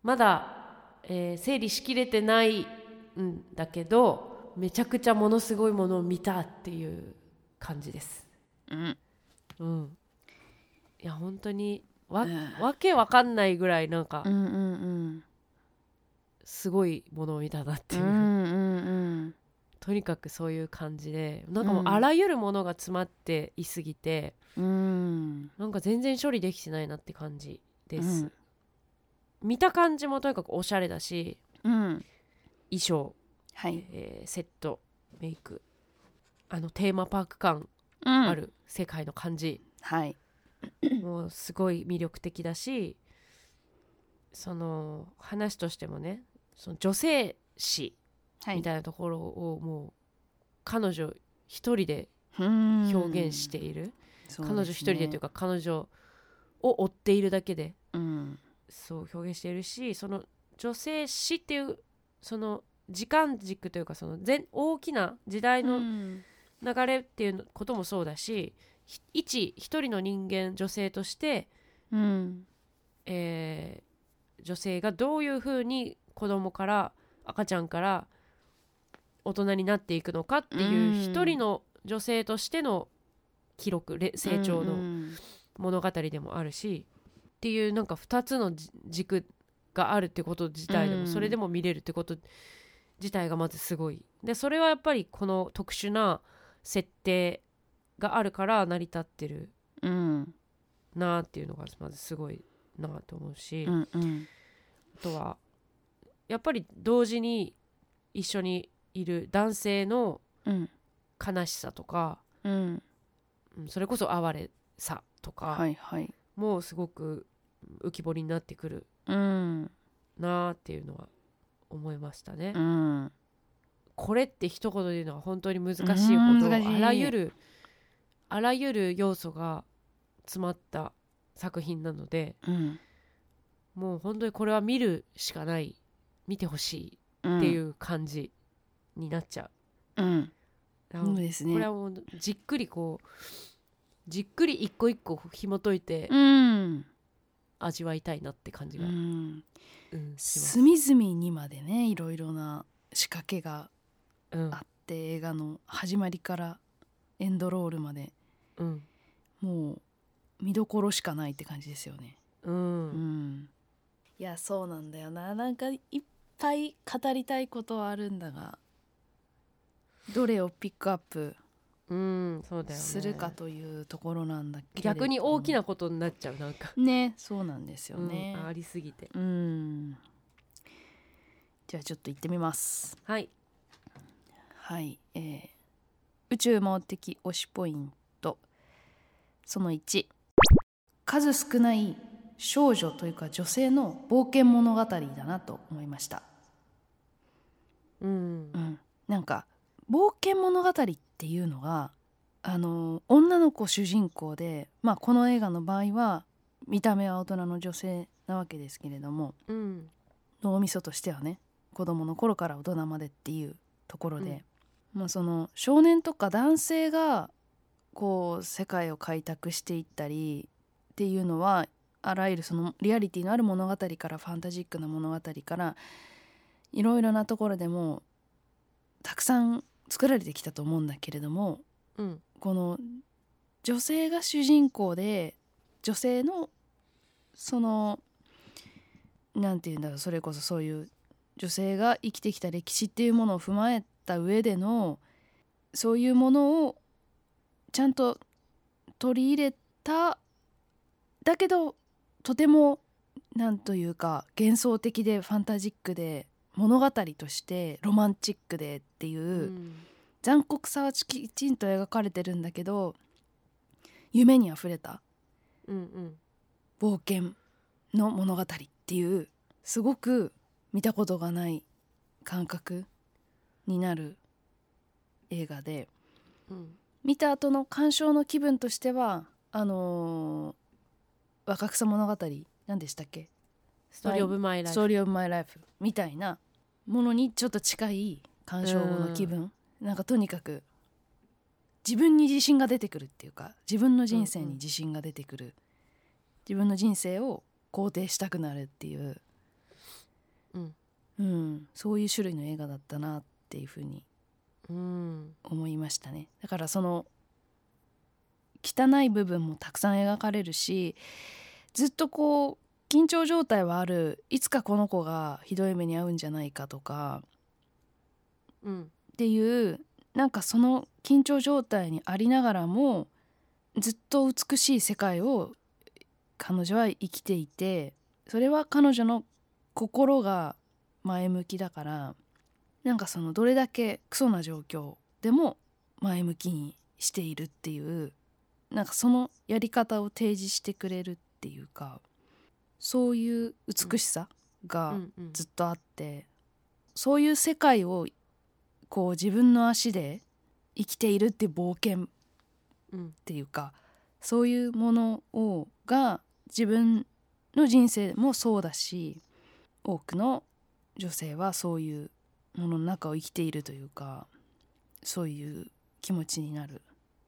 [SPEAKER 2] まだ、えー整理しきれてないんだけどめちゃくちゃものすごいものを見たっていう感じです
[SPEAKER 3] うん
[SPEAKER 2] うんいや本当にわ,、
[SPEAKER 3] うん
[SPEAKER 2] わけわかんないぐらいなんか
[SPEAKER 3] うんうん
[SPEAKER 2] すごいものを見たなって
[SPEAKER 3] うんう
[SPEAKER 2] いう、
[SPEAKER 3] んうん
[SPEAKER 2] とにかくそういう感じでなんかもううんあらゆるものが詰まっていすぎて、
[SPEAKER 3] うんうん
[SPEAKER 2] なんか全然処理できてないなって感じです、
[SPEAKER 3] うん
[SPEAKER 2] 見た感じもとにかくおしゃれだし
[SPEAKER 3] うん
[SPEAKER 2] 衣装、
[SPEAKER 3] はい
[SPEAKER 2] えーセットメイクあのテーマパーク感
[SPEAKER 3] あ
[SPEAKER 2] ある世界の感じ、
[SPEAKER 3] はい
[SPEAKER 2] もうすごい魅力的だしその話としてもねその女性誌
[SPEAKER 3] は
[SPEAKER 2] みたいなところをもう彼女一人で
[SPEAKER 3] うん
[SPEAKER 2] 表現している、
[SPEAKER 3] そうですね
[SPEAKER 2] 彼女一人でというか彼女を追っているだけで
[SPEAKER 3] うん
[SPEAKER 2] そう表現しているしその女性誌っていうその時間軸というかその全大きな時代
[SPEAKER 3] う
[SPEAKER 2] の
[SPEAKER 3] ん
[SPEAKER 2] 流れっていうこともそうだし、ひ一一人の人間女性として、
[SPEAKER 3] うん
[SPEAKER 2] えー女性がどういうふうに子供から赤ちゃんから大人になっていくのかっていううん一人の女性としての記録れ成長の
[SPEAKER 3] うん
[SPEAKER 2] 物語でもあるしっていうなんか2つのじ軸があるってこと自体でも、
[SPEAKER 3] うん
[SPEAKER 2] それでも見れるってこと自体がまずすごいでそれはやっぱりこの特殊な設定があるから成り立ってる
[SPEAKER 3] うん
[SPEAKER 2] なっていうのがまずすごいなと思うし、
[SPEAKER 3] う
[SPEAKER 2] あ
[SPEAKER 3] んうん
[SPEAKER 2] とはやっぱり同時に一緒にいる男性の
[SPEAKER 3] うん
[SPEAKER 2] 悲しさとか、
[SPEAKER 3] うん
[SPEAKER 2] うんそれこそ哀れさとか、
[SPEAKER 3] はいはい
[SPEAKER 2] もうすごく浮き彫りになってくる
[SPEAKER 3] うん
[SPEAKER 2] なーっていうのは思いましたね。
[SPEAKER 3] うん
[SPEAKER 2] これって一言で言うのは本当に難しいほど
[SPEAKER 3] うん難しい
[SPEAKER 2] あらゆるあらゆる要素が詰まった作品なので
[SPEAKER 3] うん
[SPEAKER 2] もう本当にこれは見るしかない見てほしいっていう感じになっちゃ
[SPEAKER 3] うん
[SPEAKER 2] う。
[SPEAKER 3] そうですね
[SPEAKER 2] これはもうじっくりこうじっくり一個一個紐解いて
[SPEAKER 3] うん
[SPEAKER 2] 味わいたいなって感じ
[SPEAKER 3] う
[SPEAKER 2] が、
[SPEAKER 3] ん
[SPEAKER 2] うんします。
[SPEAKER 3] 隅々にまでねいろいろな仕掛けが
[SPEAKER 2] うん
[SPEAKER 3] あって映画の始まりからエンドロールまで
[SPEAKER 2] うん
[SPEAKER 3] もう見どころしかないって感じですよね。
[SPEAKER 2] う
[SPEAKER 3] うんん、いやそうなんだよななんかいっぱい語りたいことはあるんだがどれをピックアップ
[SPEAKER 2] うん、そうだよね
[SPEAKER 3] するかというところなんだけれども
[SPEAKER 2] 逆に大きなことになっちゃうなんか、
[SPEAKER 3] ねそうなんですよ
[SPEAKER 2] うん
[SPEAKER 3] ね。
[SPEAKER 2] ありすぎて
[SPEAKER 3] うんじゃあちょっと行ってみます。
[SPEAKER 2] はい
[SPEAKER 3] はい、えー宇宙盲的推しポイントその1数少ない少女というか女性の冒険物語だなと思いました、
[SPEAKER 2] うん
[SPEAKER 3] うん、なんか冒険物語っていうのがあの女の子主人公で、まあ、この映画の場合は見た目は大人の女性なわけですけれども
[SPEAKER 2] うん
[SPEAKER 3] 脳みそとしてはね子供の頃から大人までっていうところで、もうその少年とか男性がこう世界を開拓していったりっていうのはあらゆるそのリアリティのある物語からファンタジックな物語からいろいろなところでもたくさん作られてきたと思うんだけれども
[SPEAKER 2] うん
[SPEAKER 3] この女性が主人公で女性のそのなんて言うんだろうそれこそそういう女性が生きてきた歴史っていうものを踏まえた上でのそういうものをちゃんと取り入れただけどとてもなんというか幻想的でファンタジックで物語としてロマンチックでっていう。
[SPEAKER 2] うん
[SPEAKER 3] 残酷さはきちんと描かれてるんだけど夢にあふれた
[SPEAKER 2] うんうん
[SPEAKER 3] 冒険の物語っていうすごく見たことがない感覚になる映画で
[SPEAKER 2] うん
[SPEAKER 3] 見た後の鑑賞の気分としてはあのー若草物語何でしたっけ
[SPEAKER 2] ストーリー・オブ・マイ・ライ
[SPEAKER 3] ス
[SPEAKER 2] フ
[SPEAKER 3] トーリー・オブ・マイ・ライフみたいなものにちょっと近い鑑賞後の気分、なんかとにかく自分に自信が出てくるっていうか自分の人生に自信が出てくる、自分の人生を肯定したくなるっていう、
[SPEAKER 2] うん
[SPEAKER 3] うんそういう種類の映画だったなっていうふうに
[SPEAKER 2] うん
[SPEAKER 3] 思いましたねだからその汚い部分もたくさん描かれるしずっとこう緊張状態はあるいつかこの子がひどい目に遭うんじゃないかとか
[SPEAKER 2] うん
[SPEAKER 3] っていうなんかその緊張状態にありながらもずっと美しい世界を彼女は生きていてそれは彼女の心が前向きだからなんかそのどれだけクソな状況でも前向きにしているっていうなんかそのやり方を提示してくれるっていうかそういう美しさ
[SPEAKER 2] う
[SPEAKER 3] が、
[SPEAKER 2] んうん
[SPEAKER 3] ずっとあってそういう世界をこう自分の足で生きているっていう冒険っ
[SPEAKER 2] うん
[SPEAKER 3] ていうかそういうものをが自分の人生もそうだし多くの女性はそういうものの中を生きているというかそういう気持ちになる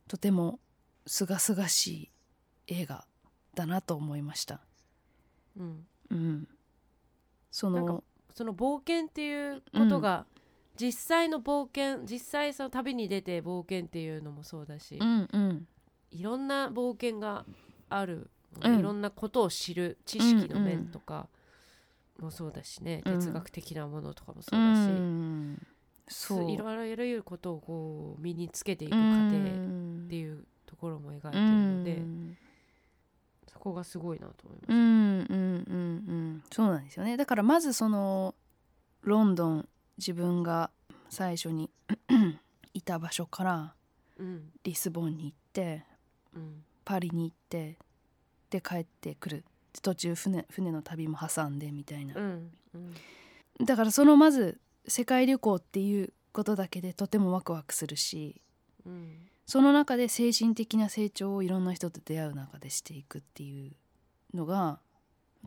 [SPEAKER 3] とても清々しい映画だなと思いました。
[SPEAKER 2] うん
[SPEAKER 3] うん、そ
[SPEAKER 2] なんか
[SPEAKER 3] の
[SPEAKER 2] その冒険っていうことが実際の冒険実際その旅に出て冒険っていうのもそうだし
[SPEAKER 3] うんうん
[SPEAKER 2] いろんな冒険がある
[SPEAKER 3] うん
[SPEAKER 2] いろんなことを知る知識の面とかもそうだしね
[SPEAKER 3] うん
[SPEAKER 2] 哲学的なものとかもそうだし
[SPEAKER 3] ん、そう
[SPEAKER 2] いろいろいろことをこう身につけていく過程
[SPEAKER 3] うん
[SPEAKER 2] っていうところも描いてるので、
[SPEAKER 3] うん
[SPEAKER 2] そこがすごいなと思いま
[SPEAKER 3] う
[SPEAKER 2] す。
[SPEAKER 3] んうんうんうんそうなんですよねだからまずそのロンドン自分が最初にいた場所から
[SPEAKER 2] うん
[SPEAKER 3] リスボンに行って
[SPEAKER 2] うん
[SPEAKER 3] パリに行ってで帰ってくるっ途中船船の旅も挟んでみたいな
[SPEAKER 2] う、んうん
[SPEAKER 3] だからそのまず世界旅行っていうことだけでとてもワクワクするし
[SPEAKER 2] うん
[SPEAKER 3] その中で精神的な成長をいろんな人と出会う中でしていくっていうのが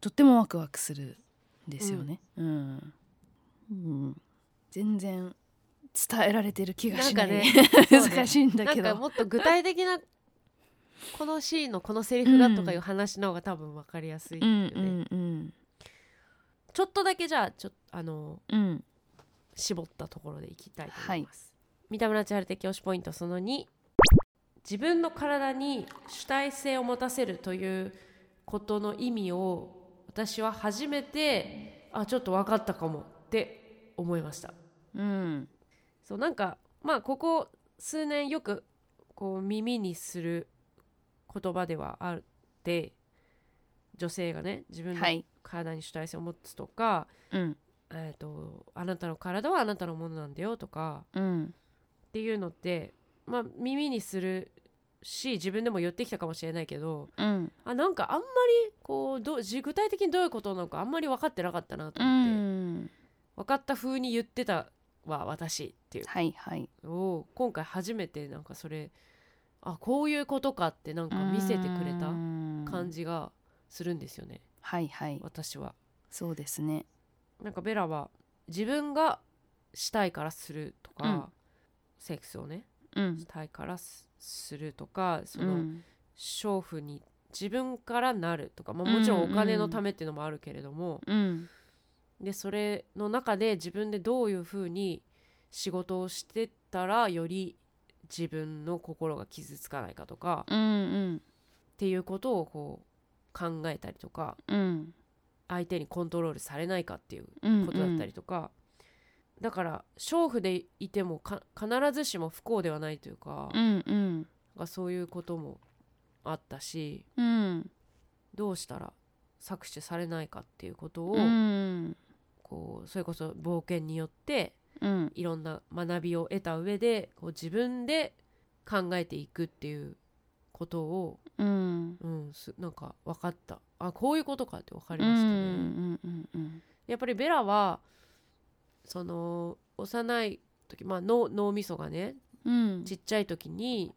[SPEAKER 3] とってもワクワクするんですよね。うんうん全然伝えられてる気がしない
[SPEAKER 2] なんかそうね
[SPEAKER 3] 難しいんだ
[SPEAKER 2] な
[SPEAKER 3] け
[SPEAKER 2] ん
[SPEAKER 3] ど
[SPEAKER 2] かもっと具体的なこのシーンのこのセリフがとかいう話の方が多分分かりやすいよ
[SPEAKER 3] う
[SPEAKER 2] ね、
[SPEAKER 3] んうんうん
[SPEAKER 2] ちょっとだけじゃあちょあの
[SPEAKER 3] うん
[SPEAKER 2] 絞ったところでいきたいと思います、三田村千春的推しポイントその2自分の体に主体性を持たせるということの意味を私は初めてあちょっと分かったかもって思いました
[SPEAKER 3] うん
[SPEAKER 2] そうなんかまあここ数年よくこう耳にする言葉ではあって女性がね自分の
[SPEAKER 3] はい
[SPEAKER 2] 体に主体性を持つとか、
[SPEAKER 3] うん
[SPEAKER 2] えー、とあなたの体はあなたのものなんだよとか
[SPEAKER 3] うん
[SPEAKER 2] っていうのって、まあ、耳にするし自分でも言ってきたかもしれないけど
[SPEAKER 3] うん
[SPEAKER 2] あなんかあんまりこうどうじ具体的にどういうことなのかあんまり分かってなかったなと
[SPEAKER 3] う
[SPEAKER 2] 思って、
[SPEAKER 3] ん
[SPEAKER 2] 分かった風に言ってたわ私っていう
[SPEAKER 3] はいはい
[SPEAKER 2] のを今回初めてなんかそれあこういうことかってなんか見せてくれた感
[SPEAKER 3] じ
[SPEAKER 2] じがするんですよね
[SPEAKER 3] はいはい
[SPEAKER 2] 私は。
[SPEAKER 3] そうですね
[SPEAKER 2] なんかベラは自分がしたいからするとか、
[SPEAKER 3] うん
[SPEAKER 2] セックスをね
[SPEAKER 3] うん
[SPEAKER 2] したいからすするとかそうの
[SPEAKER 3] ん
[SPEAKER 2] 娼婦に自分からなるとか、まあ、
[SPEAKER 3] うん
[SPEAKER 2] もちろんお金のためっていうのもあるけれども、
[SPEAKER 3] うん
[SPEAKER 2] でそれの中で自分でどういうふうに仕事をしてったらより自分の心が傷つかないかとか
[SPEAKER 3] うんうん
[SPEAKER 2] っていうことをこう考えたりとか
[SPEAKER 3] うん
[SPEAKER 2] 相手にコントロールされないかっていう
[SPEAKER 3] うん
[SPEAKER 2] ことだったりとか、だから娼婦でいてもか必ずしも不幸ではないというか、
[SPEAKER 3] うんうん
[SPEAKER 2] がそういうこともあったし
[SPEAKER 3] うん
[SPEAKER 2] どうしたら搾取されないかっていうことを、
[SPEAKER 3] うん
[SPEAKER 2] こうそれこそ冒険によって
[SPEAKER 3] うん
[SPEAKER 2] いろんな学びを得た上でこう自分で考えていくっていうことを、
[SPEAKER 3] うん
[SPEAKER 2] うん、すなんか分かったあこういうことかって分か
[SPEAKER 3] あ
[SPEAKER 2] りましたね。やっぱりベラはその幼い時、まあ、脳脳みそがね
[SPEAKER 3] うん
[SPEAKER 2] ちっちゃい時に、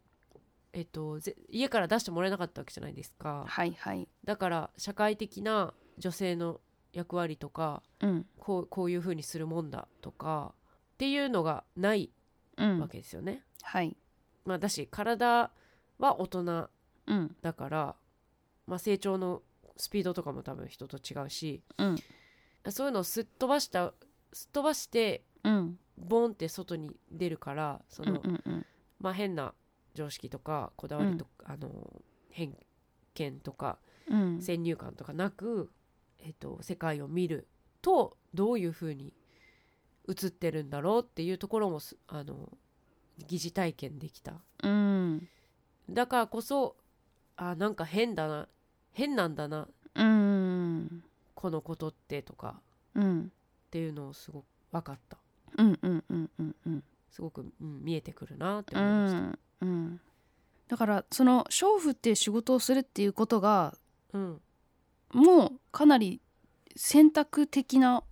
[SPEAKER 2] えっと、ぜ家から出してもらえなかったわけじゃないですか
[SPEAKER 3] はいはい
[SPEAKER 2] だから社会的な女性の役割とか
[SPEAKER 3] うん
[SPEAKER 2] こうこういう風にするもんだとかっていうのがない
[SPEAKER 3] うん
[SPEAKER 2] わけですよね。
[SPEAKER 3] はい
[SPEAKER 2] まあ、だし体は大人
[SPEAKER 3] うん
[SPEAKER 2] だから、まあ、成長のスピードとかも多分人と違うし
[SPEAKER 3] うん
[SPEAKER 2] そういうのをすっ飛ばしたすっ飛ばして
[SPEAKER 3] うん
[SPEAKER 2] ボンって外に出るからそ
[SPEAKER 3] うん
[SPEAKER 2] の、
[SPEAKER 3] うん
[SPEAKER 2] まあ、変な常識とかこだわりとか、あの偏見とか
[SPEAKER 3] うん
[SPEAKER 2] 先入観とかなく、えっと世界を見るとどういうふうに映ってるんだろうっていうところもすあの疑似体験できた
[SPEAKER 3] うん
[SPEAKER 2] だからこそあなんか変だな変なんだな
[SPEAKER 3] うん
[SPEAKER 2] このことってとか
[SPEAKER 3] うん
[SPEAKER 2] っていうのをすごく分かった
[SPEAKER 3] うんうんうんうんうん
[SPEAKER 2] すごく、うん、見えてくるなって
[SPEAKER 3] う
[SPEAKER 2] 思いました。
[SPEAKER 3] んうんだからその娼婦っていう仕事をするっていうことが
[SPEAKER 2] うん
[SPEAKER 3] もうかなり選択的な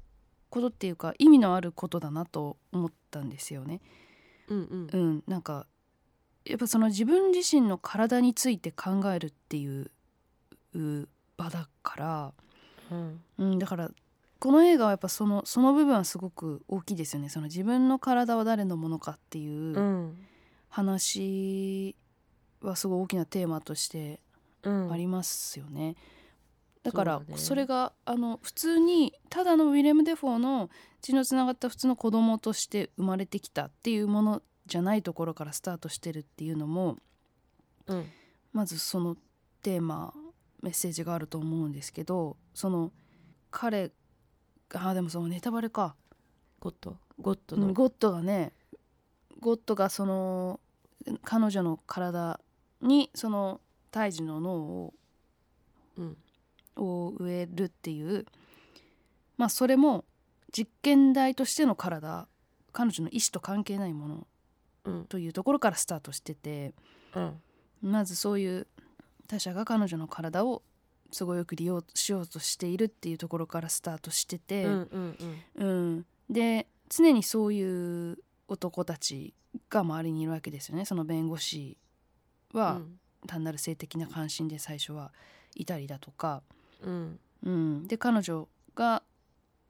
[SPEAKER 3] ことっていうか意味のあることだなと思ったんですよね。
[SPEAKER 2] うんうん
[SPEAKER 3] うん、なんかやっぱその自分自身の体について考えるっていうう場だから、
[SPEAKER 2] うん
[SPEAKER 3] うん、だからこの映画はやっぱそのその部分はすごく大きいですよねその自分の体は誰のものかっていううん話はすごい大きなテーマとして
[SPEAKER 2] うん
[SPEAKER 3] ありますよね。だから
[SPEAKER 2] そうだね
[SPEAKER 3] それがあの普通にただのウィレム・デフォーの血のつながった普通の子供として生まれてきたっていうものじゃないところからスタートしてるっていうのも
[SPEAKER 2] うん
[SPEAKER 3] まずそのテーマメッセージがあると思うんですけどその彼あーでもそのネタバレか
[SPEAKER 2] ゴッドゴッド
[SPEAKER 3] う
[SPEAKER 2] の、
[SPEAKER 3] んゴッドがねゴッドがその彼女の体にその胎児の脳を
[SPEAKER 2] うん
[SPEAKER 3] を植えるっていうまあそれも実験台としての体彼女の意思と関係ないもの
[SPEAKER 2] うん
[SPEAKER 3] というところからスタートしてて
[SPEAKER 2] うん
[SPEAKER 3] まずそういう他者が彼女の体を都合よく利用しようとしているっていうところからスタートして
[SPEAKER 2] う
[SPEAKER 3] て、
[SPEAKER 2] んうんうん
[SPEAKER 3] うんで常にそういう男たちが周りにいるわけですよねその弁護士は単なる性的な関心で最初はいたりだとか、
[SPEAKER 2] うん
[SPEAKER 3] うん、で彼女が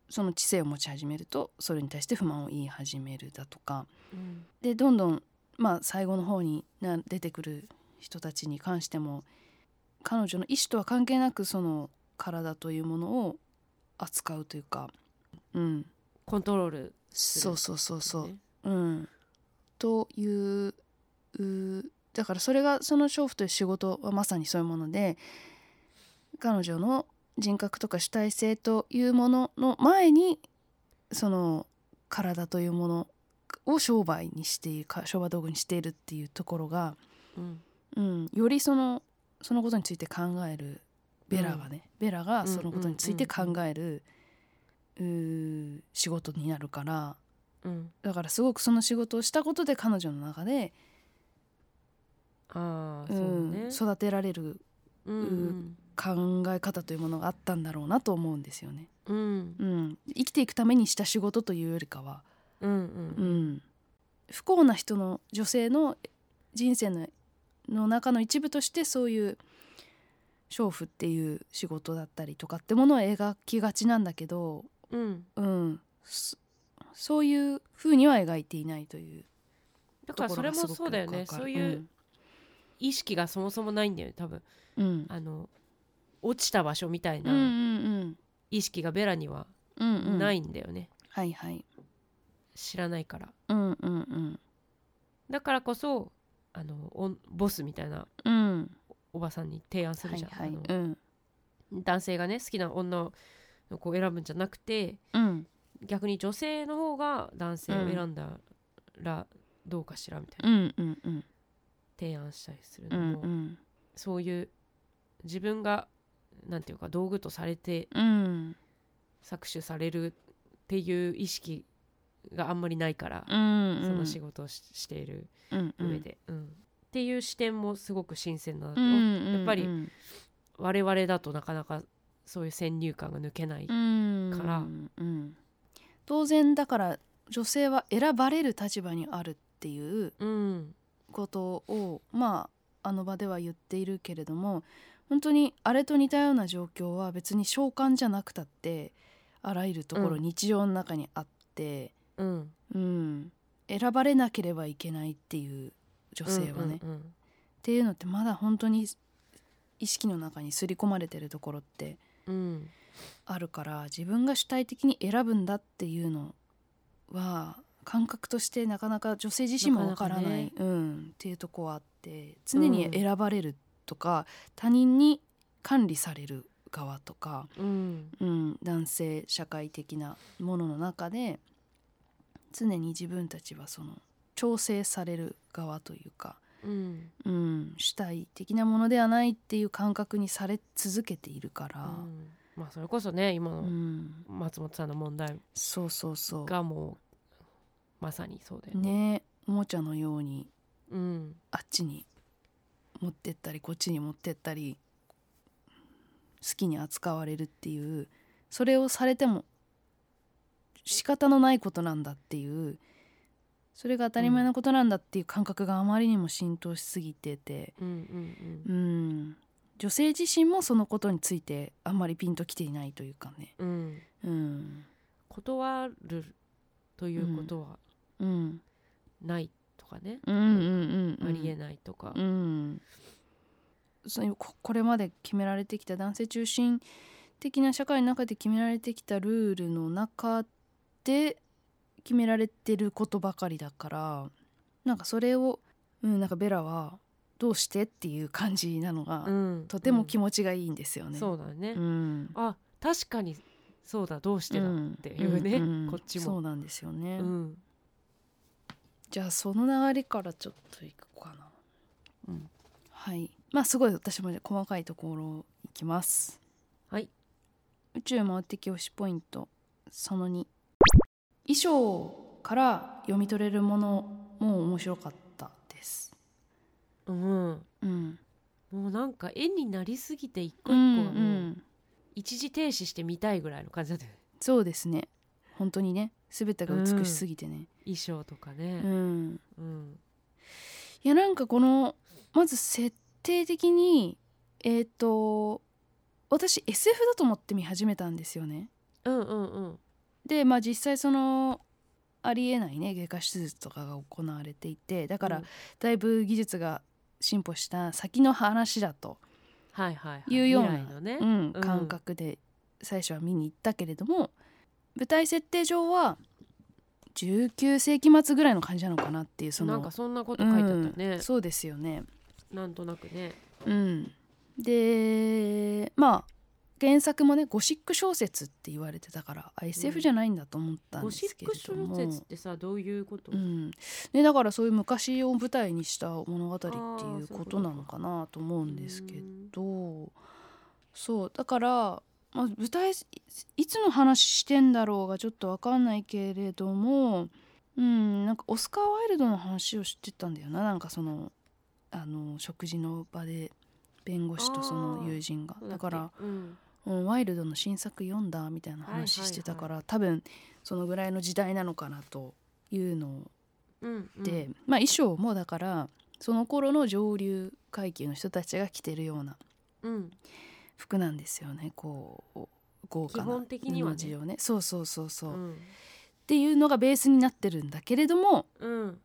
[SPEAKER 3] その知性を持ち始めるとそれに対して不満を言い始めるだとか
[SPEAKER 2] うん
[SPEAKER 3] でどんどん、まあ、最後の方にな出てくる人たちに関しても彼女の意思とは関係なくその体というものを扱うというか、うん、
[SPEAKER 2] コントロールす
[SPEAKER 3] そ
[SPEAKER 2] る
[SPEAKER 3] うそうそうそう、
[SPEAKER 2] ね
[SPEAKER 3] うん、といううだからそれがその娼婦という仕事はまさにそういうもので彼女の人格とか主体性というものの前にその体というものを商売にしているか商売道具にしているっていうところが、
[SPEAKER 2] うん
[SPEAKER 3] うん、よりそのそのことについて考えるベラがね、ベラがそのことについて考える、うー仕事になるから。
[SPEAKER 2] うん
[SPEAKER 3] だからすごくその仕事をしたことで彼女の中で
[SPEAKER 2] ああ
[SPEAKER 3] う
[SPEAKER 2] そうんね
[SPEAKER 3] 育てられる
[SPEAKER 2] うんうん
[SPEAKER 3] 考え方というものがあったんだろうなと思うんですよね。
[SPEAKER 2] うん
[SPEAKER 3] うん、生きていくためにした仕事というよりかは、
[SPEAKER 2] うんうん
[SPEAKER 3] う、ん、不幸な人の女性の人生のの中の一部としてそういう娼婦っていう仕事だったりとかってものを描きがちなんだけど、
[SPEAKER 2] うん
[SPEAKER 3] うん、そそういうふうには描いていないという
[SPEAKER 2] だか
[SPEAKER 3] と
[SPEAKER 2] らそれ
[SPEAKER 3] ころがす
[SPEAKER 2] も
[SPEAKER 3] ごく
[SPEAKER 2] そうだよね
[SPEAKER 3] よくわか
[SPEAKER 2] そ
[SPEAKER 3] る
[SPEAKER 2] ういう意識がそもそもないんだよね多分
[SPEAKER 3] うんうん
[SPEAKER 2] あの落ちた場所みたい
[SPEAKER 3] うんうん
[SPEAKER 2] な
[SPEAKER 3] うん
[SPEAKER 2] 意識がベラには
[SPEAKER 3] うんうん、
[SPEAKER 2] ないんだよね、
[SPEAKER 3] はいはい
[SPEAKER 2] 知らないから
[SPEAKER 3] うんうんうん
[SPEAKER 2] だからこそあのおんボスみたいな
[SPEAKER 3] うん
[SPEAKER 2] おばさんに提案する
[SPEAKER 3] はい
[SPEAKER 2] じゃん、
[SPEAKER 3] はい
[SPEAKER 2] あの
[SPEAKER 3] うん
[SPEAKER 2] 男性がね好きな女の子を選ぶんじゃなくて
[SPEAKER 3] うん
[SPEAKER 2] 逆に女性の方が男性を選んだらどうかしらみたいな
[SPEAKER 3] うんうんうん
[SPEAKER 2] 提案したりする
[SPEAKER 3] う
[SPEAKER 2] の
[SPEAKER 3] ん
[SPEAKER 2] も、
[SPEAKER 3] うん
[SPEAKER 2] そういう自分がなんていうか道具とされて
[SPEAKER 3] うん
[SPEAKER 2] 搾取されるっていう意識があんまりないから、
[SPEAKER 3] うん
[SPEAKER 2] その仕事をししている
[SPEAKER 3] うんうん
[SPEAKER 2] 上で、うんっていう視点もすごく新鮮だなと、
[SPEAKER 3] うん
[SPEAKER 2] やっぱり
[SPEAKER 3] うん
[SPEAKER 2] 我々だとなかなかそういう先入観が抜けない、
[SPEAKER 3] うん
[SPEAKER 2] から
[SPEAKER 3] うんうん当然だから女性は選ばれる立場にあるっていう
[SPEAKER 2] うん
[SPEAKER 3] ことをまああの場では言っているけれども本当にあれと似たような状況は別に召喚じゃなくたってあらゆるところ
[SPEAKER 2] うん
[SPEAKER 3] 日常の中にあって、
[SPEAKER 2] うん、
[SPEAKER 3] うん、選ばれなければいけないっていう女性はね、っ
[SPEAKER 2] うんうん
[SPEAKER 3] ていうのってまだ本当に意識の中に刷り込まれてるところって
[SPEAKER 2] うん
[SPEAKER 3] あるから自分が主体的に選ぶんだっていうのは感覚としてなかなか女性自身もわからない
[SPEAKER 2] なかな
[SPEAKER 3] うん、っていうとこはあって常に選ばれるとか、他人に管理される側とか、
[SPEAKER 2] うん
[SPEAKER 3] うん、男性社会的なものの中で常に自分たちはその調整される側というか、
[SPEAKER 2] うん
[SPEAKER 3] うん、主体的なものではないっていう感覚にされ続けているから、
[SPEAKER 2] まあそれこそね今
[SPEAKER 3] う
[SPEAKER 2] の
[SPEAKER 3] ん、
[SPEAKER 2] 松本さんの問題
[SPEAKER 3] そうそうそ
[SPEAKER 2] がもうまさにそうだよ
[SPEAKER 3] う
[SPEAKER 2] ね。
[SPEAKER 3] ねおもちゃのように
[SPEAKER 2] うん、
[SPEAKER 3] あっちに持ってったりこっちに持ってったり好きに扱われるっていうそれをされても仕方のないことなんだっていうそれが当たり前のことなんだっていう感覚があまりにも浸透しすぎてて
[SPEAKER 2] うん、うん、う、
[SPEAKER 3] うんん女性自身もそのことについてあんまりピンときていないというかね
[SPEAKER 2] うん、
[SPEAKER 3] うん
[SPEAKER 2] 断るということは
[SPEAKER 3] うん
[SPEAKER 2] ないとかね、
[SPEAKER 3] うんうんうん
[SPEAKER 2] ありえないとか、
[SPEAKER 3] うん、そういうここれまで決められてきた男性中心的な社会の中で決められてきたルールの中で決められてることばかりだからなんかそれを、うん、なんかベラは「どうして?」っていう感じなのが、
[SPEAKER 2] うん
[SPEAKER 3] とても気
[SPEAKER 2] 持
[SPEAKER 3] 持ちがいいんですよ
[SPEAKER 2] ち
[SPEAKER 3] ね。
[SPEAKER 2] そうだね、
[SPEAKER 3] うん
[SPEAKER 2] あ確かにそうだどうしてだっていうね、
[SPEAKER 3] うんうん
[SPEAKER 2] こっち
[SPEAKER 3] そ
[SPEAKER 2] も
[SPEAKER 3] うなんですよ
[SPEAKER 2] う
[SPEAKER 3] ね、
[SPEAKER 2] ん
[SPEAKER 3] じゃあその流れからちょっといくかな、
[SPEAKER 2] うん
[SPEAKER 3] はいまあすごい私も細かいところいきます
[SPEAKER 2] はい
[SPEAKER 3] 宇宙回ってき推しポイントその2衣装から読み取れるものも面白かったです
[SPEAKER 2] うん
[SPEAKER 3] うん
[SPEAKER 2] もうなんか絵になりすぎて一個一個がもう一時停止して見たいぐらいの感じだったよね
[SPEAKER 3] そうですね本当にね全てが美しすぎてね、
[SPEAKER 2] 衣装とか
[SPEAKER 3] う
[SPEAKER 2] ね、
[SPEAKER 3] ん
[SPEAKER 2] うん
[SPEAKER 3] いやなんかこのまず設定的にえっ、と私 SF だと思って見始めたんですよね
[SPEAKER 2] うん、うんうん
[SPEAKER 3] でまあ実際そのありえないね外科手術とかが行われていてだから
[SPEAKER 2] うん
[SPEAKER 3] だいぶ技術が進歩した先の話だと
[SPEAKER 2] はいはいはい
[SPEAKER 3] いうような
[SPEAKER 2] 未来のね、
[SPEAKER 3] うん、感覚で最初は見に行ったけれども、舞台設定上は19世紀末ぐらいの感じなのかなっていうその
[SPEAKER 2] なんかそんなこと書いてあったよね
[SPEAKER 3] うん、そうですよね。
[SPEAKER 2] なんとなくね
[SPEAKER 3] うん、でまあ原作もねゴシック小説って言われてたからあ SF じゃないんだと思ったん
[SPEAKER 2] ゴ
[SPEAKER 3] で
[SPEAKER 2] シ
[SPEAKER 3] す
[SPEAKER 2] ッ
[SPEAKER 3] けれ
[SPEAKER 2] ク
[SPEAKER 3] ど
[SPEAKER 2] 小
[SPEAKER 3] も、
[SPEAKER 2] 説ってさどういうこと、
[SPEAKER 3] うんね、だからそういう昔を舞台にした物語っていうことなのかなと思うんですけどそうだから、まあ、舞台いいつの話してんだろうがちょっと分かんないけれども、うん、なんかオスカー・ワイルドの話を知ってたんだよななんかそのあの食事の場で弁護士とそ
[SPEAKER 2] あ
[SPEAKER 3] の
[SPEAKER 2] ー
[SPEAKER 3] 友人が
[SPEAKER 2] そう
[SPEAKER 3] だ
[SPEAKER 2] っけ
[SPEAKER 3] から、
[SPEAKER 2] うん
[SPEAKER 3] うんワイルドの新作読んだみたいな話してたから、多分そのぐらいの時代なのかなというのを
[SPEAKER 2] うんうん、
[SPEAKER 3] で、まあ、衣装もだからその頃の上流階級の人たちが着てるような
[SPEAKER 2] うん、
[SPEAKER 3] 服なんですよねこう豪華な
[SPEAKER 2] 基本的にはね
[SPEAKER 3] 布地をねそうそうそうそうう、っ
[SPEAKER 2] ん
[SPEAKER 3] ていうのがベースになってるんだけれども
[SPEAKER 2] うん、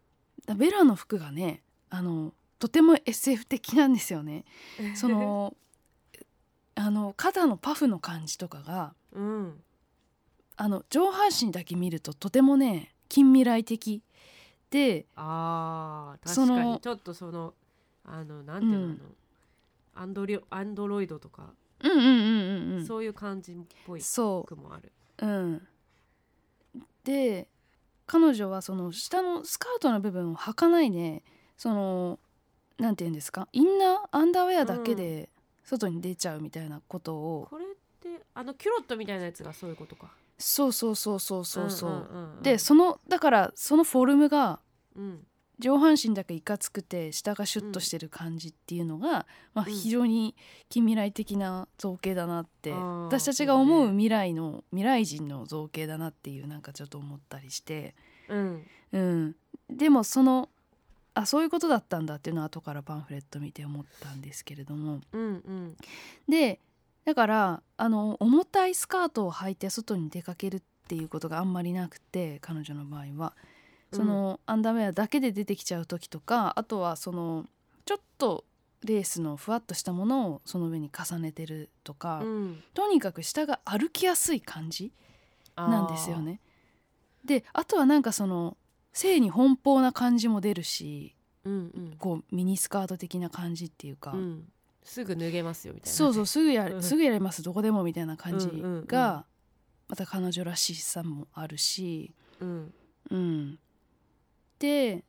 [SPEAKER 3] だベラの服がねあのとても SF 的なんです よね。そのあの肩のパフの感じとかが
[SPEAKER 2] うん、
[SPEAKER 3] あの上半身だけ見るととてもね近未来的で
[SPEAKER 2] あー
[SPEAKER 3] そ
[SPEAKER 2] 確
[SPEAKER 3] の
[SPEAKER 2] かにちょっとそのあのなんていうの、
[SPEAKER 3] うん
[SPEAKER 2] あのアンドリオアンドロイドとか、
[SPEAKER 3] うんうんうんうんうん
[SPEAKER 2] そういう感じっぽい
[SPEAKER 3] そう
[SPEAKER 2] 服もある
[SPEAKER 3] うん、で彼女はその下のスカートの部分を履かないでそのなんて言うんですかインナーアンダーウェアだけで外に出ちゃうみたいなことを、
[SPEAKER 2] これってあのキュロットみたいなやつがそういうことか
[SPEAKER 3] そうそうそうそうそうそう,、
[SPEAKER 2] んんんうん
[SPEAKER 3] でそのだからそのフォルムが
[SPEAKER 2] うん
[SPEAKER 3] 上半身だけいかつくて下がシュッとしてる感じっていうのが、
[SPEAKER 2] う
[SPEAKER 3] まあ、
[SPEAKER 2] ん
[SPEAKER 3] 非常に近未来的な造形だなって、
[SPEAKER 2] あー
[SPEAKER 3] 私たちが思
[SPEAKER 2] そう
[SPEAKER 3] う
[SPEAKER 2] ね
[SPEAKER 3] 未来の、未来人の造形だなっていうなんかちょっと思ったりして、
[SPEAKER 2] うん
[SPEAKER 3] うん、でもそのあそういうことだったんだっていうのは後からパンフレット見て思ったんですけれども
[SPEAKER 2] うんうん
[SPEAKER 3] でだからあの重たいスカートを履いて外に出かけるっていうことがあんまりなくて彼女の場合はその、アンダーウェアだけで出てきちゃう時とかあとはそのちょっとレースのふわっとしたものをその上に重ねてるとか、
[SPEAKER 2] うん、
[SPEAKER 3] とにかく下が歩きやすい感じ
[SPEAKER 2] あー
[SPEAKER 3] なんですよね。であとはなんかその性に奔放な感じも出るし
[SPEAKER 2] うんうん
[SPEAKER 3] こうミニスカート的な感じっていうか、
[SPEAKER 2] うん、すぐ脱げますよみたいな
[SPEAKER 3] そうそうすぐや
[SPEAKER 2] う
[SPEAKER 3] る
[SPEAKER 2] ん
[SPEAKER 3] すぐやりますどこでもみたいな感じが、
[SPEAKER 2] うんうんうん
[SPEAKER 3] また彼女らしさもあるし、
[SPEAKER 2] う、うん、
[SPEAKER 3] うん、で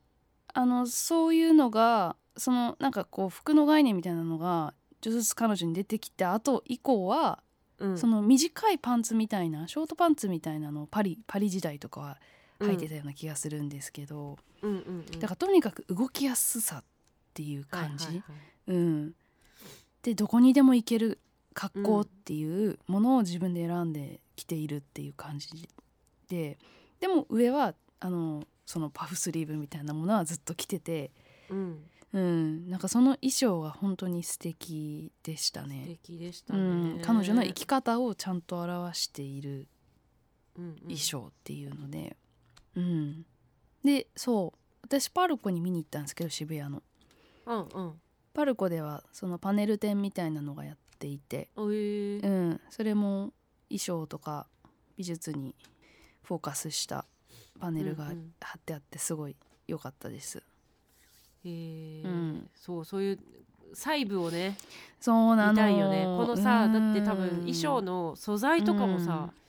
[SPEAKER 3] あのそういうのがそのなんかこう服の概念みたいなのがちょっとずつ彼女に出てきてあと以降は
[SPEAKER 2] うん、
[SPEAKER 3] その短いパンツみたいなショートパンツみたいなのをパリパリ時代とかは履いてたような気がするんですけど、
[SPEAKER 2] うんうんうん、
[SPEAKER 3] だからとにかく動きやすさっていう感じ、
[SPEAKER 2] はいはいはい
[SPEAKER 3] うん、でどこにでも行ける格好っていうものを自分で選んで着ているっていう感じででも上はあのそのパフスリーブみたいなものはずっと着てて、
[SPEAKER 2] うん、
[SPEAKER 3] うん、なんかその衣装が本当に素敵でした
[SPEAKER 2] 素
[SPEAKER 3] ね。
[SPEAKER 2] 敵でした
[SPEAKER 3] う
[SPEAKER 2] ね、
[SPEAKER 3] ん、彼女の生き方をちゃんと表している
[SPEAKER 2] 衣
[SPEAKER 3] 衣装っていうので、うんでそう私パルコに見に行ったんですけど渋谷の
[SPEAKER 2] うんうん
[SPEAKER 3] パルコではそのパネル展みたいなのがやっていて、
[SPEAKER 2] おえ
[SPEAKER 3] う
[SPEAKER 2] ー
[SPEAKER 3] ん、それも衣装とか美術にフォーカスしたパネルが
[SPEAKER 2] うんうん
[SPEAKER 3] 貼ってあってすごい良かったです、
[SPEAKER 2] えー
[SPEAKER 3] うん
[SPEAKER 2] そうそういう細部をね
[SPEAKER 3] そうなの
[SPEAKER 2] 見たいよねこのさ
[SPEAKER 3] うん
[SPEAKER 2] だって多分衣装の素材とかもさ、
[SPEAKER 3] うん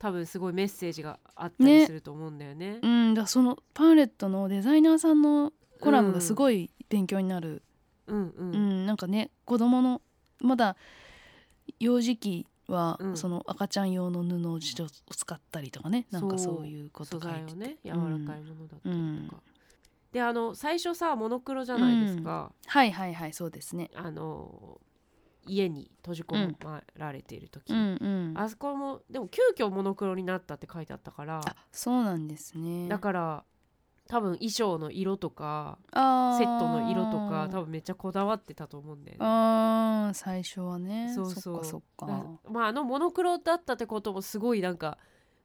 [SPEAKER 2] 多分すごいメッセージがあったり
[SPEAKER 3] ね
[SPEAKER 2] すると思うんだよね。
[SPEAKER 3] うんだからそのパンフレットのデザイナーさんのコラムがすごい勉強になる
[SPEAKER 2] うん
[SPEAKER 3] う
[SPEAKER 2] うん
[SPEAKER 3] ん、なんかね子供のまだ幼児期は、
[SPEAKER 2] うん
[SPEAKER 3] その赤ちゃん用の布を使ったりとかねなんか
[SPEAKER 2] そう
[SPEAKER 3] そういうこと
[SPEAKER 2] 素
[SPEAKER 3] が
[SPEAKER 2] 材
[SPEAKER 3] 入っ
[SPEAKER 2] を
[SPEAKER 3] てて
[SPEAKER 2] ね柔らかいものだったりとか。
[SPEAKER 3] うん
[SPEAKER 2] であの最初さモノクロじゃないですか、
[SPEAKER 3] はいはいはいそうですね
[SPEAKER 2] あの家に閉じ込まられている時、
[SPEAKER 3] うんうんあ
[SPEAKER 2] あそこもでも急遽モノクロになったって書いてあったから
[SPEAKER 3] そうなんですね
[SPEAKER 2] だから多分衣装の色とか
[SPEAKER 3] あ
[SPEAKER 2] セ
[SPEAKER 3] ー
[SPEAKER 2] ットの色とか多分めっちゃこだわってたと思うんだよね。
[SPEAKER 3] あー最初はね
[SPEAKER 2] そうそう
[SPEAKER 3] そっかそ
[SPEAKER 2] だ
[SPEAKER 3] っか
[SPEAKER 2] まああのモノクロだったってこともすごいなんか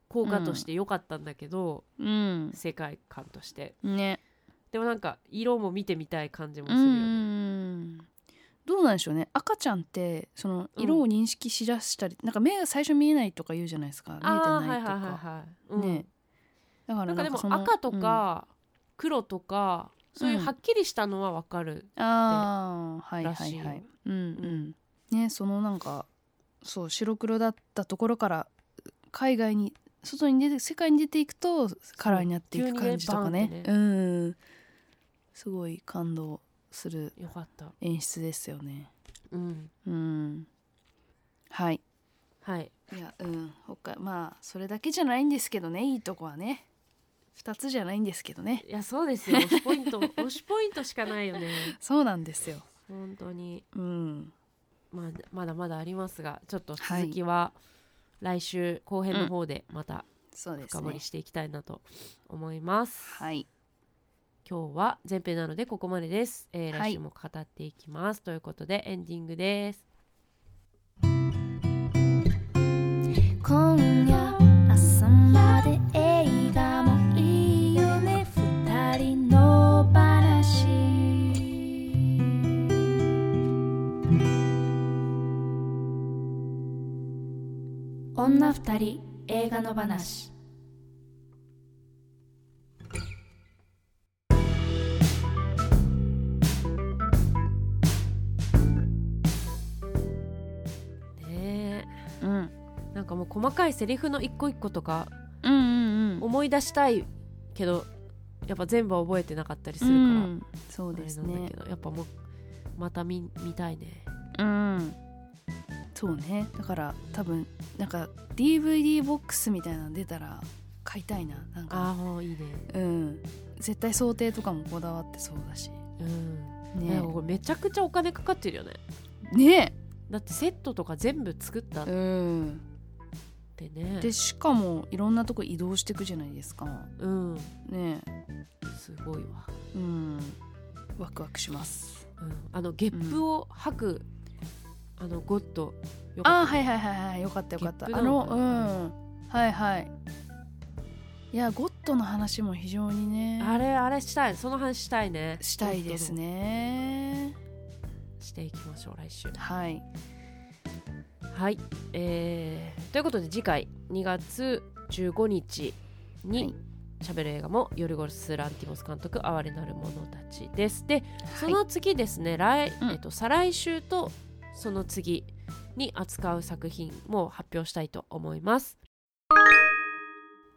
[SPEAKER 2] 効果として良かったんだけど、
[SPEAKER 3] うん
[SPEAKER 2] 世界観として
[SPEAKER 3] ね
[SPEAKER 2] でもなんか色も見てみたい感じもす
[SPEAKER 3] う
[SPEAKER 2] るよね、
[SPEAKER 3] んどうなんでしょうね赤ちゃんってその
[SPEAKER 2] うん
[SPEAKER 3] 色を認識しだしたり、なんか目が最初見えないとか言うじゃないですか見えて
[SPEAKER 2] ああーは
[SPEAKER 3] ないいと
[SPEAKER 2] はい
[SPEAKER 3] か、
[SPEAKER 2] はいはい、うん
[SPEAKER 3] ねだか
[SPEAKER 2] な
[SPEAKER 3] ら
[SPEAKER 2] んかでも
[SPEAKER 3] その
[SPEAKER 2] 赤と、か黒とか、そういううんはっきりしたのはわかる、
[SPEAKER 3] うんああはいは
[SPEAKER 2] らし
[SPEAKER 3] い
[SPEAKER 2] いよ
[SPEAKER 3] はいうんうん、ねそのなんかそう白黒だったところから海外に外に出て世界に出ていくとカラーになっていく感じとかね
[SPEAKER 2] 急にね
[SPEAKER 3] ねうんすごい感動する
[SPEAKER 2] よかった
[SPEAKER 3] 演出ですよね
[SPEAKER 2] うん
[SPEAKER 3] うんはい
[SPEAKER 2] はい
[SPEAKER 3] いやうん他まあそれだけじゃないんですけどねいいとこはね2つじゃないんですけどね
[SPEAKER 2] いやそうですよ推しポイント 推しポイントしかないよね
[SPEAKER 3] そうなんですよ
[SPEAKER 2] 本当に
[SPEAKER 3] うん
[SPEAKER 2] まあ、まだまだありますがちょっと続きは来週後編の方でまた
[SPEAKER 3] そうです
[SPEAKER 2] 深掘
[SPEAKER 3] ね
[SPEAKER 2] りしていきたいなと思います。
[SPEAKER 3] はい
[SPEAKER 2] 今日は前編なのでここまでです。えー
[SPEAKER 3] はい
[SPEAKER 2] 来週も語っていきます、ということでエンディングです。
[SPEAKER 1] 今夜朝まで映画もいいよね二人の話女二人映画の話
[SPEAKER 2] ね
[SPEAKER 3] うん
[SPEAKER 2] えなんかもう細かいセリフの一個一個とか
[SPEAKER 3] うんうんうん
[SPEAKER 2] 思い出したいけどやっぱ全部は覚えてなかったりす
[SPEAKER 3] う
[SPEAKER 2] るから、
[SPEAKER 3] んそう
[SPEAKER 2] あれ
[SPEAKER 3] です
[SPEAKER 2] なんだ
[SPEAKER 3] ね
[SPEAKER 2] けどやっぱもうまた見見たいね。
[SPEAKER 3] うんそうねだから多分なんか DVD ボックスみたいなの出たら買いたいななん
[SPEAKER 2] ああ
[SPEAKER 3] か
[SPEAKER 2] もういいね。
[SPEAKER 3] うん絶対想定とかもこだわってそうだし
[SPEAKER 2] うん。な
[SPEAKER 3] ね
[SPEAKER 2] んかこれめちゃくちゃお金かかってるよね。
[SPEAKER 3] ね
[SPEAKER 2] だってセットとか全部作ったっ
[SPEAKER 3] うん
[SPEAKER 2] てね。
[SPEAKER 3] でしかもいろんなとこ移動していくじゃないですか
[SPEAKER 2] うん。
[SPEAKER 3] ね
[SPEAKER 2] すごいわ。
[SPEAKER 3] うんワクワクします
[SPEAKER 2] うん、あのゲップを吐く、あのゴッドよか
[SPEAKER 3] あ
[SPEAKER 2] っ
[SPEAKER 3] ーはいはいはいはいよかったよかった
[SPEAKER 2] ゲッ
[SPEAKER 3] あ
[SPEAKER 2] プなの
[SPEAKER 3] の
[SPEAKER 2] か
[SPEAKER 3] う
[SPEAKER 2] なん
[SPEAKER 3] はいはいいやゴッドの話も非常に
[SPEAKER 2] た
[SPEAKER 3] ね
[SPEAKER 2] あれあれしたいその話したいね
[SPEAKER 3] したいですね
[SPEAKER 2] していきましょう来週
[SPEAKER 3] はい
[SPEAKER 2] はいえー、ということで次回2月15日
[SPEAKER 3] はい
[SPEAKER 2] にしゃべる映画も「ヨルゴス・ランティモス監督哀れなる者たち」ですでそ
[SPEAKER 3] はい
[SPEAKER 2] の次ですね、来
[SPEAKER 3] うん
[SPEAKER 2] えっと再来週とその次に扱う作品も発表したいと思います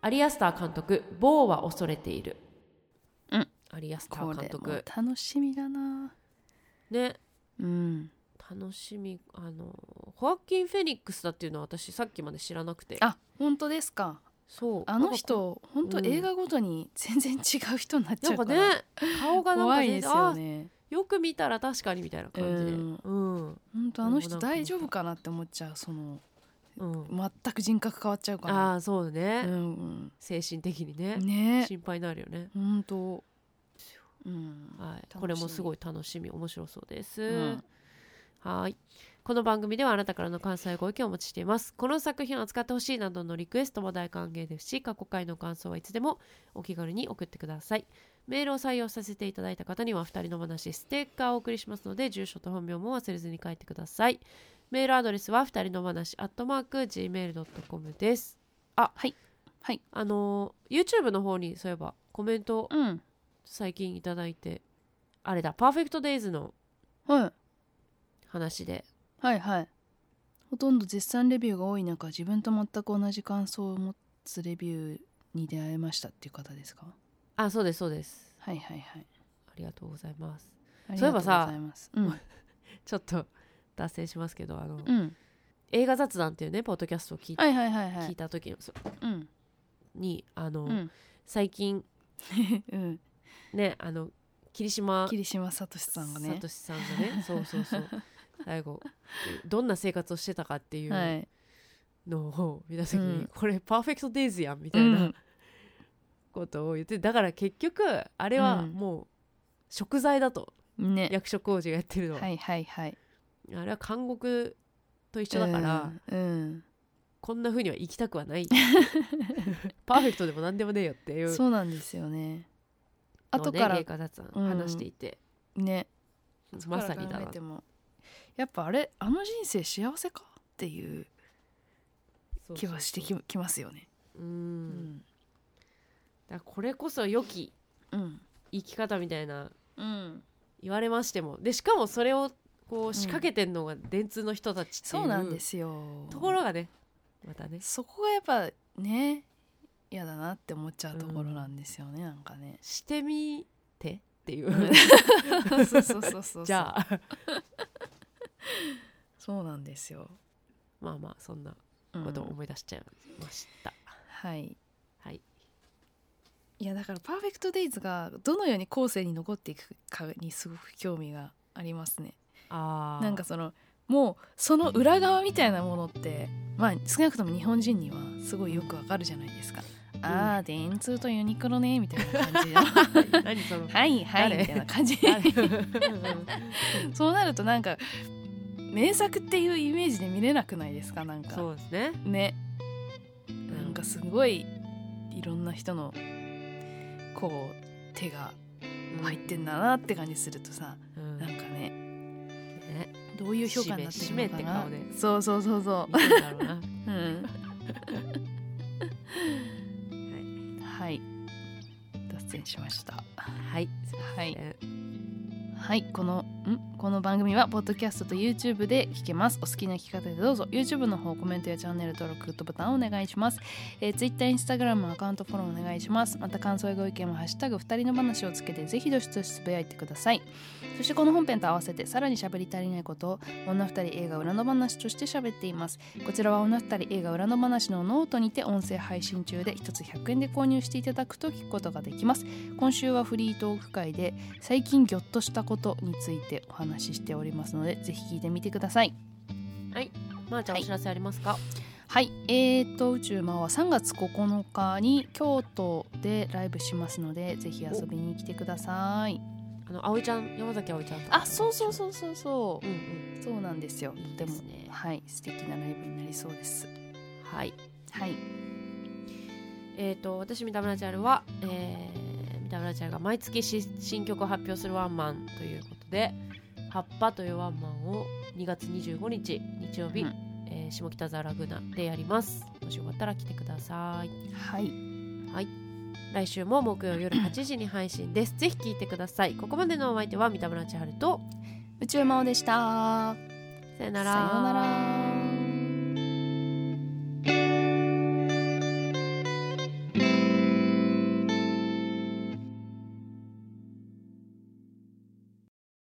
[SPEAKER 2] アリアスター監督「ボーは恐れている」
[SPEAKER 3] うん
[SPEAKER 2] アリアスター
[SPEAKER 3] こ
[SPEAKER 2] 監
[SPEAKER 3] れも
[SPEAKER 2] 督
[SPEAKER 3] 楽しみだな
[SPEAKER 2] ね
[SPEAKER 3] うん
[SPEAKER 2] 楽しみあのホアキン・フェニックスだっていうのは私さっきまで知らなくて
[SPEAKER 3] あ本当ですか
[SPEAKER 2] そう
[SPEAKER 3] あの人本当
[SPEAKER 2] うん
[SPEAKER 3] 映画ごとに全然違う人になっち
[SPEAKER 2] な
[SPEAKER 3] ゃ
[SPEAKER 2] ん
[SPEAKER 3] う
[SPEAKER 2] か
[SPEAKER 3] か
[SPEAKER 2] ね
[SPEAKER 3] ら
[SPEAKER 2] 顔がなんか
[SPEAKER 3] 怖い
[SPEAKER 2] 全
[SPEAKER 3] です
[SPEAKER 2] 然
[SPEAKER 3] よね
[SPEAKER 2] あよく見たら確かにみたいな感じで
[SPEAKER 3] う
[SPEAKER 2] う
[SPEAKER 3] ん
[SPEAKER 2] ん
[SPEAKER 3] 本当あ
[SPEAKER 2] でもな
[SPEAKER 3] の人
[SPEAKER 2] んか
[SPEAKER 3] 大丈夫かなって思っちゃうその
[SPEAKER 2] うん
[SPEAKER 3] 全く人格変わっちゃうか
[SPEAKER 2] あ
[SPEAKER 3] ら
[SPEAKER 2] あそうね、
[SPEAKER 3] うん
[SPEAKER 2] 精神的にね
[SPEAKER 3] うん、ね
[SPEAKER 2] 心配になるよね
[SPEAKER 3] 本当うん
[SPEAKER 2] はい、
[SPEAKER 3] み
[SPEAKER 2] これもすごい楽しみ面白そうです、
[SPEAKER 3] うん
[SPEAKER 2] はいこの番組ではあなたからの関西ご意見をお待ちしていますこの作品を扱ってほしいなどのリクエストも大歓迎ですし過去回の感想はいつでもお気軽に送ってくださいメールを採用させていただいた方には二人の話ステッカーをお送りしますので住所と本名も忘れずに書いてくださいメールアドレスは二人の話アットマーク gmail.com ですあ
[SPEAKER 3] はいはい
[SPEAKER 2] あのー YouTube の方にそういえばコメントを
[SPEAKER 3] うん
[SPEAKER 2] 最近いただいてあれだ「パーフェクト・デイズ」の
[SPEAKER 3] はい
[SPEAKER 2] 話で
[SPEAKER 3] はいはいほとんど絶賛レビューが多い中自分と全く同じ感想を持つレビューに出会えましたっていう方ですか
[SPEAKER 2] あそうですそうです
[SPEAKER 3] はいはいはい
[SPEAKER 2] ありがとうございます
[SPEAKER 3] あり
[SPEAKER 2] そういえ
[SPEAKER 3] がと
[SPEAKER 2] ば
[SPEAKER 3] うご
[SPEAKER 2] さ
[SPEAKER 3] ざいますうん
[SPEAKER 2] ちょっと脱線しますけどあの、
[SPEAKER 3] うん
[SPEAKER 2] 映画雑談っていうねポッドキャストを聞い,、
[SPEAKER 3] はいはいはいは
[SPEAKER 2] 聞い
[SPEAKER 3] い
[SPEAKER 2] た時にそ
[SPEAKER 3] うん
[SPEAKER 2] にあの、
[SPEAKER 3] うん
[SPEAKER 2] 最近
[SPEAKER 3] うん
[SPEAKER 2] ねあの霧島
[SPEAKER 3] 桐島聡さんがね
[SPEAKER 2] 聡さんがねそうそうそう最後どんな生活をしてたかってい
[SPEAKER 3] は
[SPEAKER 2] う
[SPEAKER 3] い、
[SPEAKER 2] のを見た時に、
[SPEAKER 3] うん
[SPEAKER 2] これパーフェクトデイズやんみ
[SPEAKER 3] う、
[SPEAKER 2] たいなんことを言って、だから結局あれは
[SPEAKER 3] うん
[SPEAKER 2] もう食材だと、
[SPEAKER 3] ね
[SPEAKER 2] 役所工事がやってるのは、
[SPEAKER 3] はいはいはい
[SPEAKER 2] あれは監獄と一緒だから、
[SPEAKER 3] うん、うん
[SPEAKER 2] こんな風には行きたくは ないパーフェクトでも何でもねえよっていう
[SPEAKER 3] そうなんですよね
[SPEAKER 2] のを
[SPEAKER 3] 後
[SPEAKER 2] ね
[SPEAKER 3] から
[SPEAKER 2] 芸家さん
[SPEAKER 3] うん
[SPEAKER 2] 話していて、
[SPEAKER 3] ね
[SPEAKER 2] まさにだ
[SPEAKER 3] 後から考
[SPEAKER 2] な
[SPEAKER 3] えてもやっぱあれあの人生幸せかっていう気はしてき
[SPEAKER 2] ま
[SPEAKER 3] きますよね
[SPEAKER 2] う
[SPEAKER 3] うんん
[SPEAKER 2] だからこれこそ良き
[SPEAKER 3] うん
[SPEAKER 2] 生き方みたいな
[SPEAKER 3] うん
[SPEAKER 2] 言われましてもでしかもそれをこう仕掛けてんのが電通の人たちってい
[SPEAKER 3] そうなんで
[SPEAKER 2] う
[SPEAKER 3] すよ
[SPEAKER 2] ところがねまたね
[SPEAKER 3] そこがやっぱね嫌だなって思っちゃうところなんですよね、なんかね
[SPEAKER 2] してみてっていう、
[SPEAKER 3] そう そうそうそうそ う
[SPEAKER 2] じゃあ
[SPEAKER 3] そうなんですよ、
[SPEAKER 2] まあまあそんな
[SPEAKER 3] うん
[SPEAKER 2] ことを思い出しちゃいました、
[SPEAKER 3] はい
[SPEAKER 2] はい
[SPEAKER 3] いやだから「パーフェクト・デイズ」がどのように後世に残っていくかにすごく興味がありますね
[SPEAKER 2] あー
[SPEAKER 3] なんかそのもうその裏側みたいなものってまあ少なくとも日本人にはすごいよくわかるじゃないですか、ああ電通とユニクロねみたいな 感じの
[SPEAKER 2] 何その
[SPEAKER 3] はいはい
[SPEAKER 2] 誰
[SPEAKER 3] みたいな感じ そうなるとなんか名作っていうイメージで見れなくないですかなん
[SPEAKER 2] そ
[SPEAKER 3] か
[SPEAKER 2] うですね。
[SPEAKER 3] ねなんかすごいいろんな人のこう手が入ってんだなって感じするとさ
[SPEAKER 2] うん
[SPEAKER 3] なんかね
[SPEAKER 2] ね
[SPEAKER 3] どういう評価になってるのかな
[SPEAKER 2] しめしめって顔で
[SPEAKER 3] そうそうそうそ
[SPEAKER 2] 見てんだろうな。は
[SPEAKER 3] う、うん、
[SPEAKER 2] い
[SPEAKER 3] はい脱線しました
[SPEAKER 2] はい。
[SPEAKER 3] はい
[SPEAKER 2] え
[SPEAKER 3] はいこのんこの番組はポッドキャストと YouTube で聞けますお好きな聞き方でどうぞ YouTube の方コメントやチャンネル登録グッドボタンをお願いします、えー、Twitter、Instagram アカウントフォローお願いしますまた感想やご意見もハッシュタグ二人の話をつけてぜひどしどしつぶやいてくださいそしてこの本編と合わせてさらに喋り足りないことを女二人映画裏の話として喋っていますこちらは女二人映画裏の話のノートにて音声配信中で一つ100円で購入していただくと聞くことができます今週はフリートーク会で最近ギョッとしたことについてお話ししておりますのでぜひ聞いてみてください
[SPEAKER 2] まあ、じゃあ、お知らせありますか。
[SPEAKER 3] はいえー、と宇宙魔は3月9日に京都でライブしますのでぜひ遊びに来てください
[SPEAKER 2] あの、葵ちゃん、山崎葵ちゃんと。
[SPEAKER 3] あそうそうそうそうそ
[SPEAKER 2] うんうん。
[SPEAKER 3] うそうなんですよ
[SPEAKER 2] いい
[SPEAKER 3] と
[SPEAKER 2] で
[SPEAKER 3] て
[SPEAKER 2] す
[SPEAKER 3] も
[SPEAKER 2] ね。
[SPEAKER 3] はい素敵なライブになりそうです
[SPEAKER 2] はい。
[SPEAKER 3] はい
[SPEAKER 2] えっと、私、三田村チャルは、えー三田村チャルが毎月し新曲を発表するワンマンということで、葉っぱというワンマンを2月25日、日曜日、
[SPEAKER 3] うん
[SPEAKER 2] えー下北沢ラグナでやります。もしよかったら来てください。
[SPEAKER 3] はい
[SPEAKER 2] 来週も木曜夜8時に配信です。ぜひ聞いてください。ここまでのお相手は三田村千春と、
[SPEAKER 3] 宇宙魔王でした
[SPEAKER 2] さよなら。
[SPEAKER 3] さようなら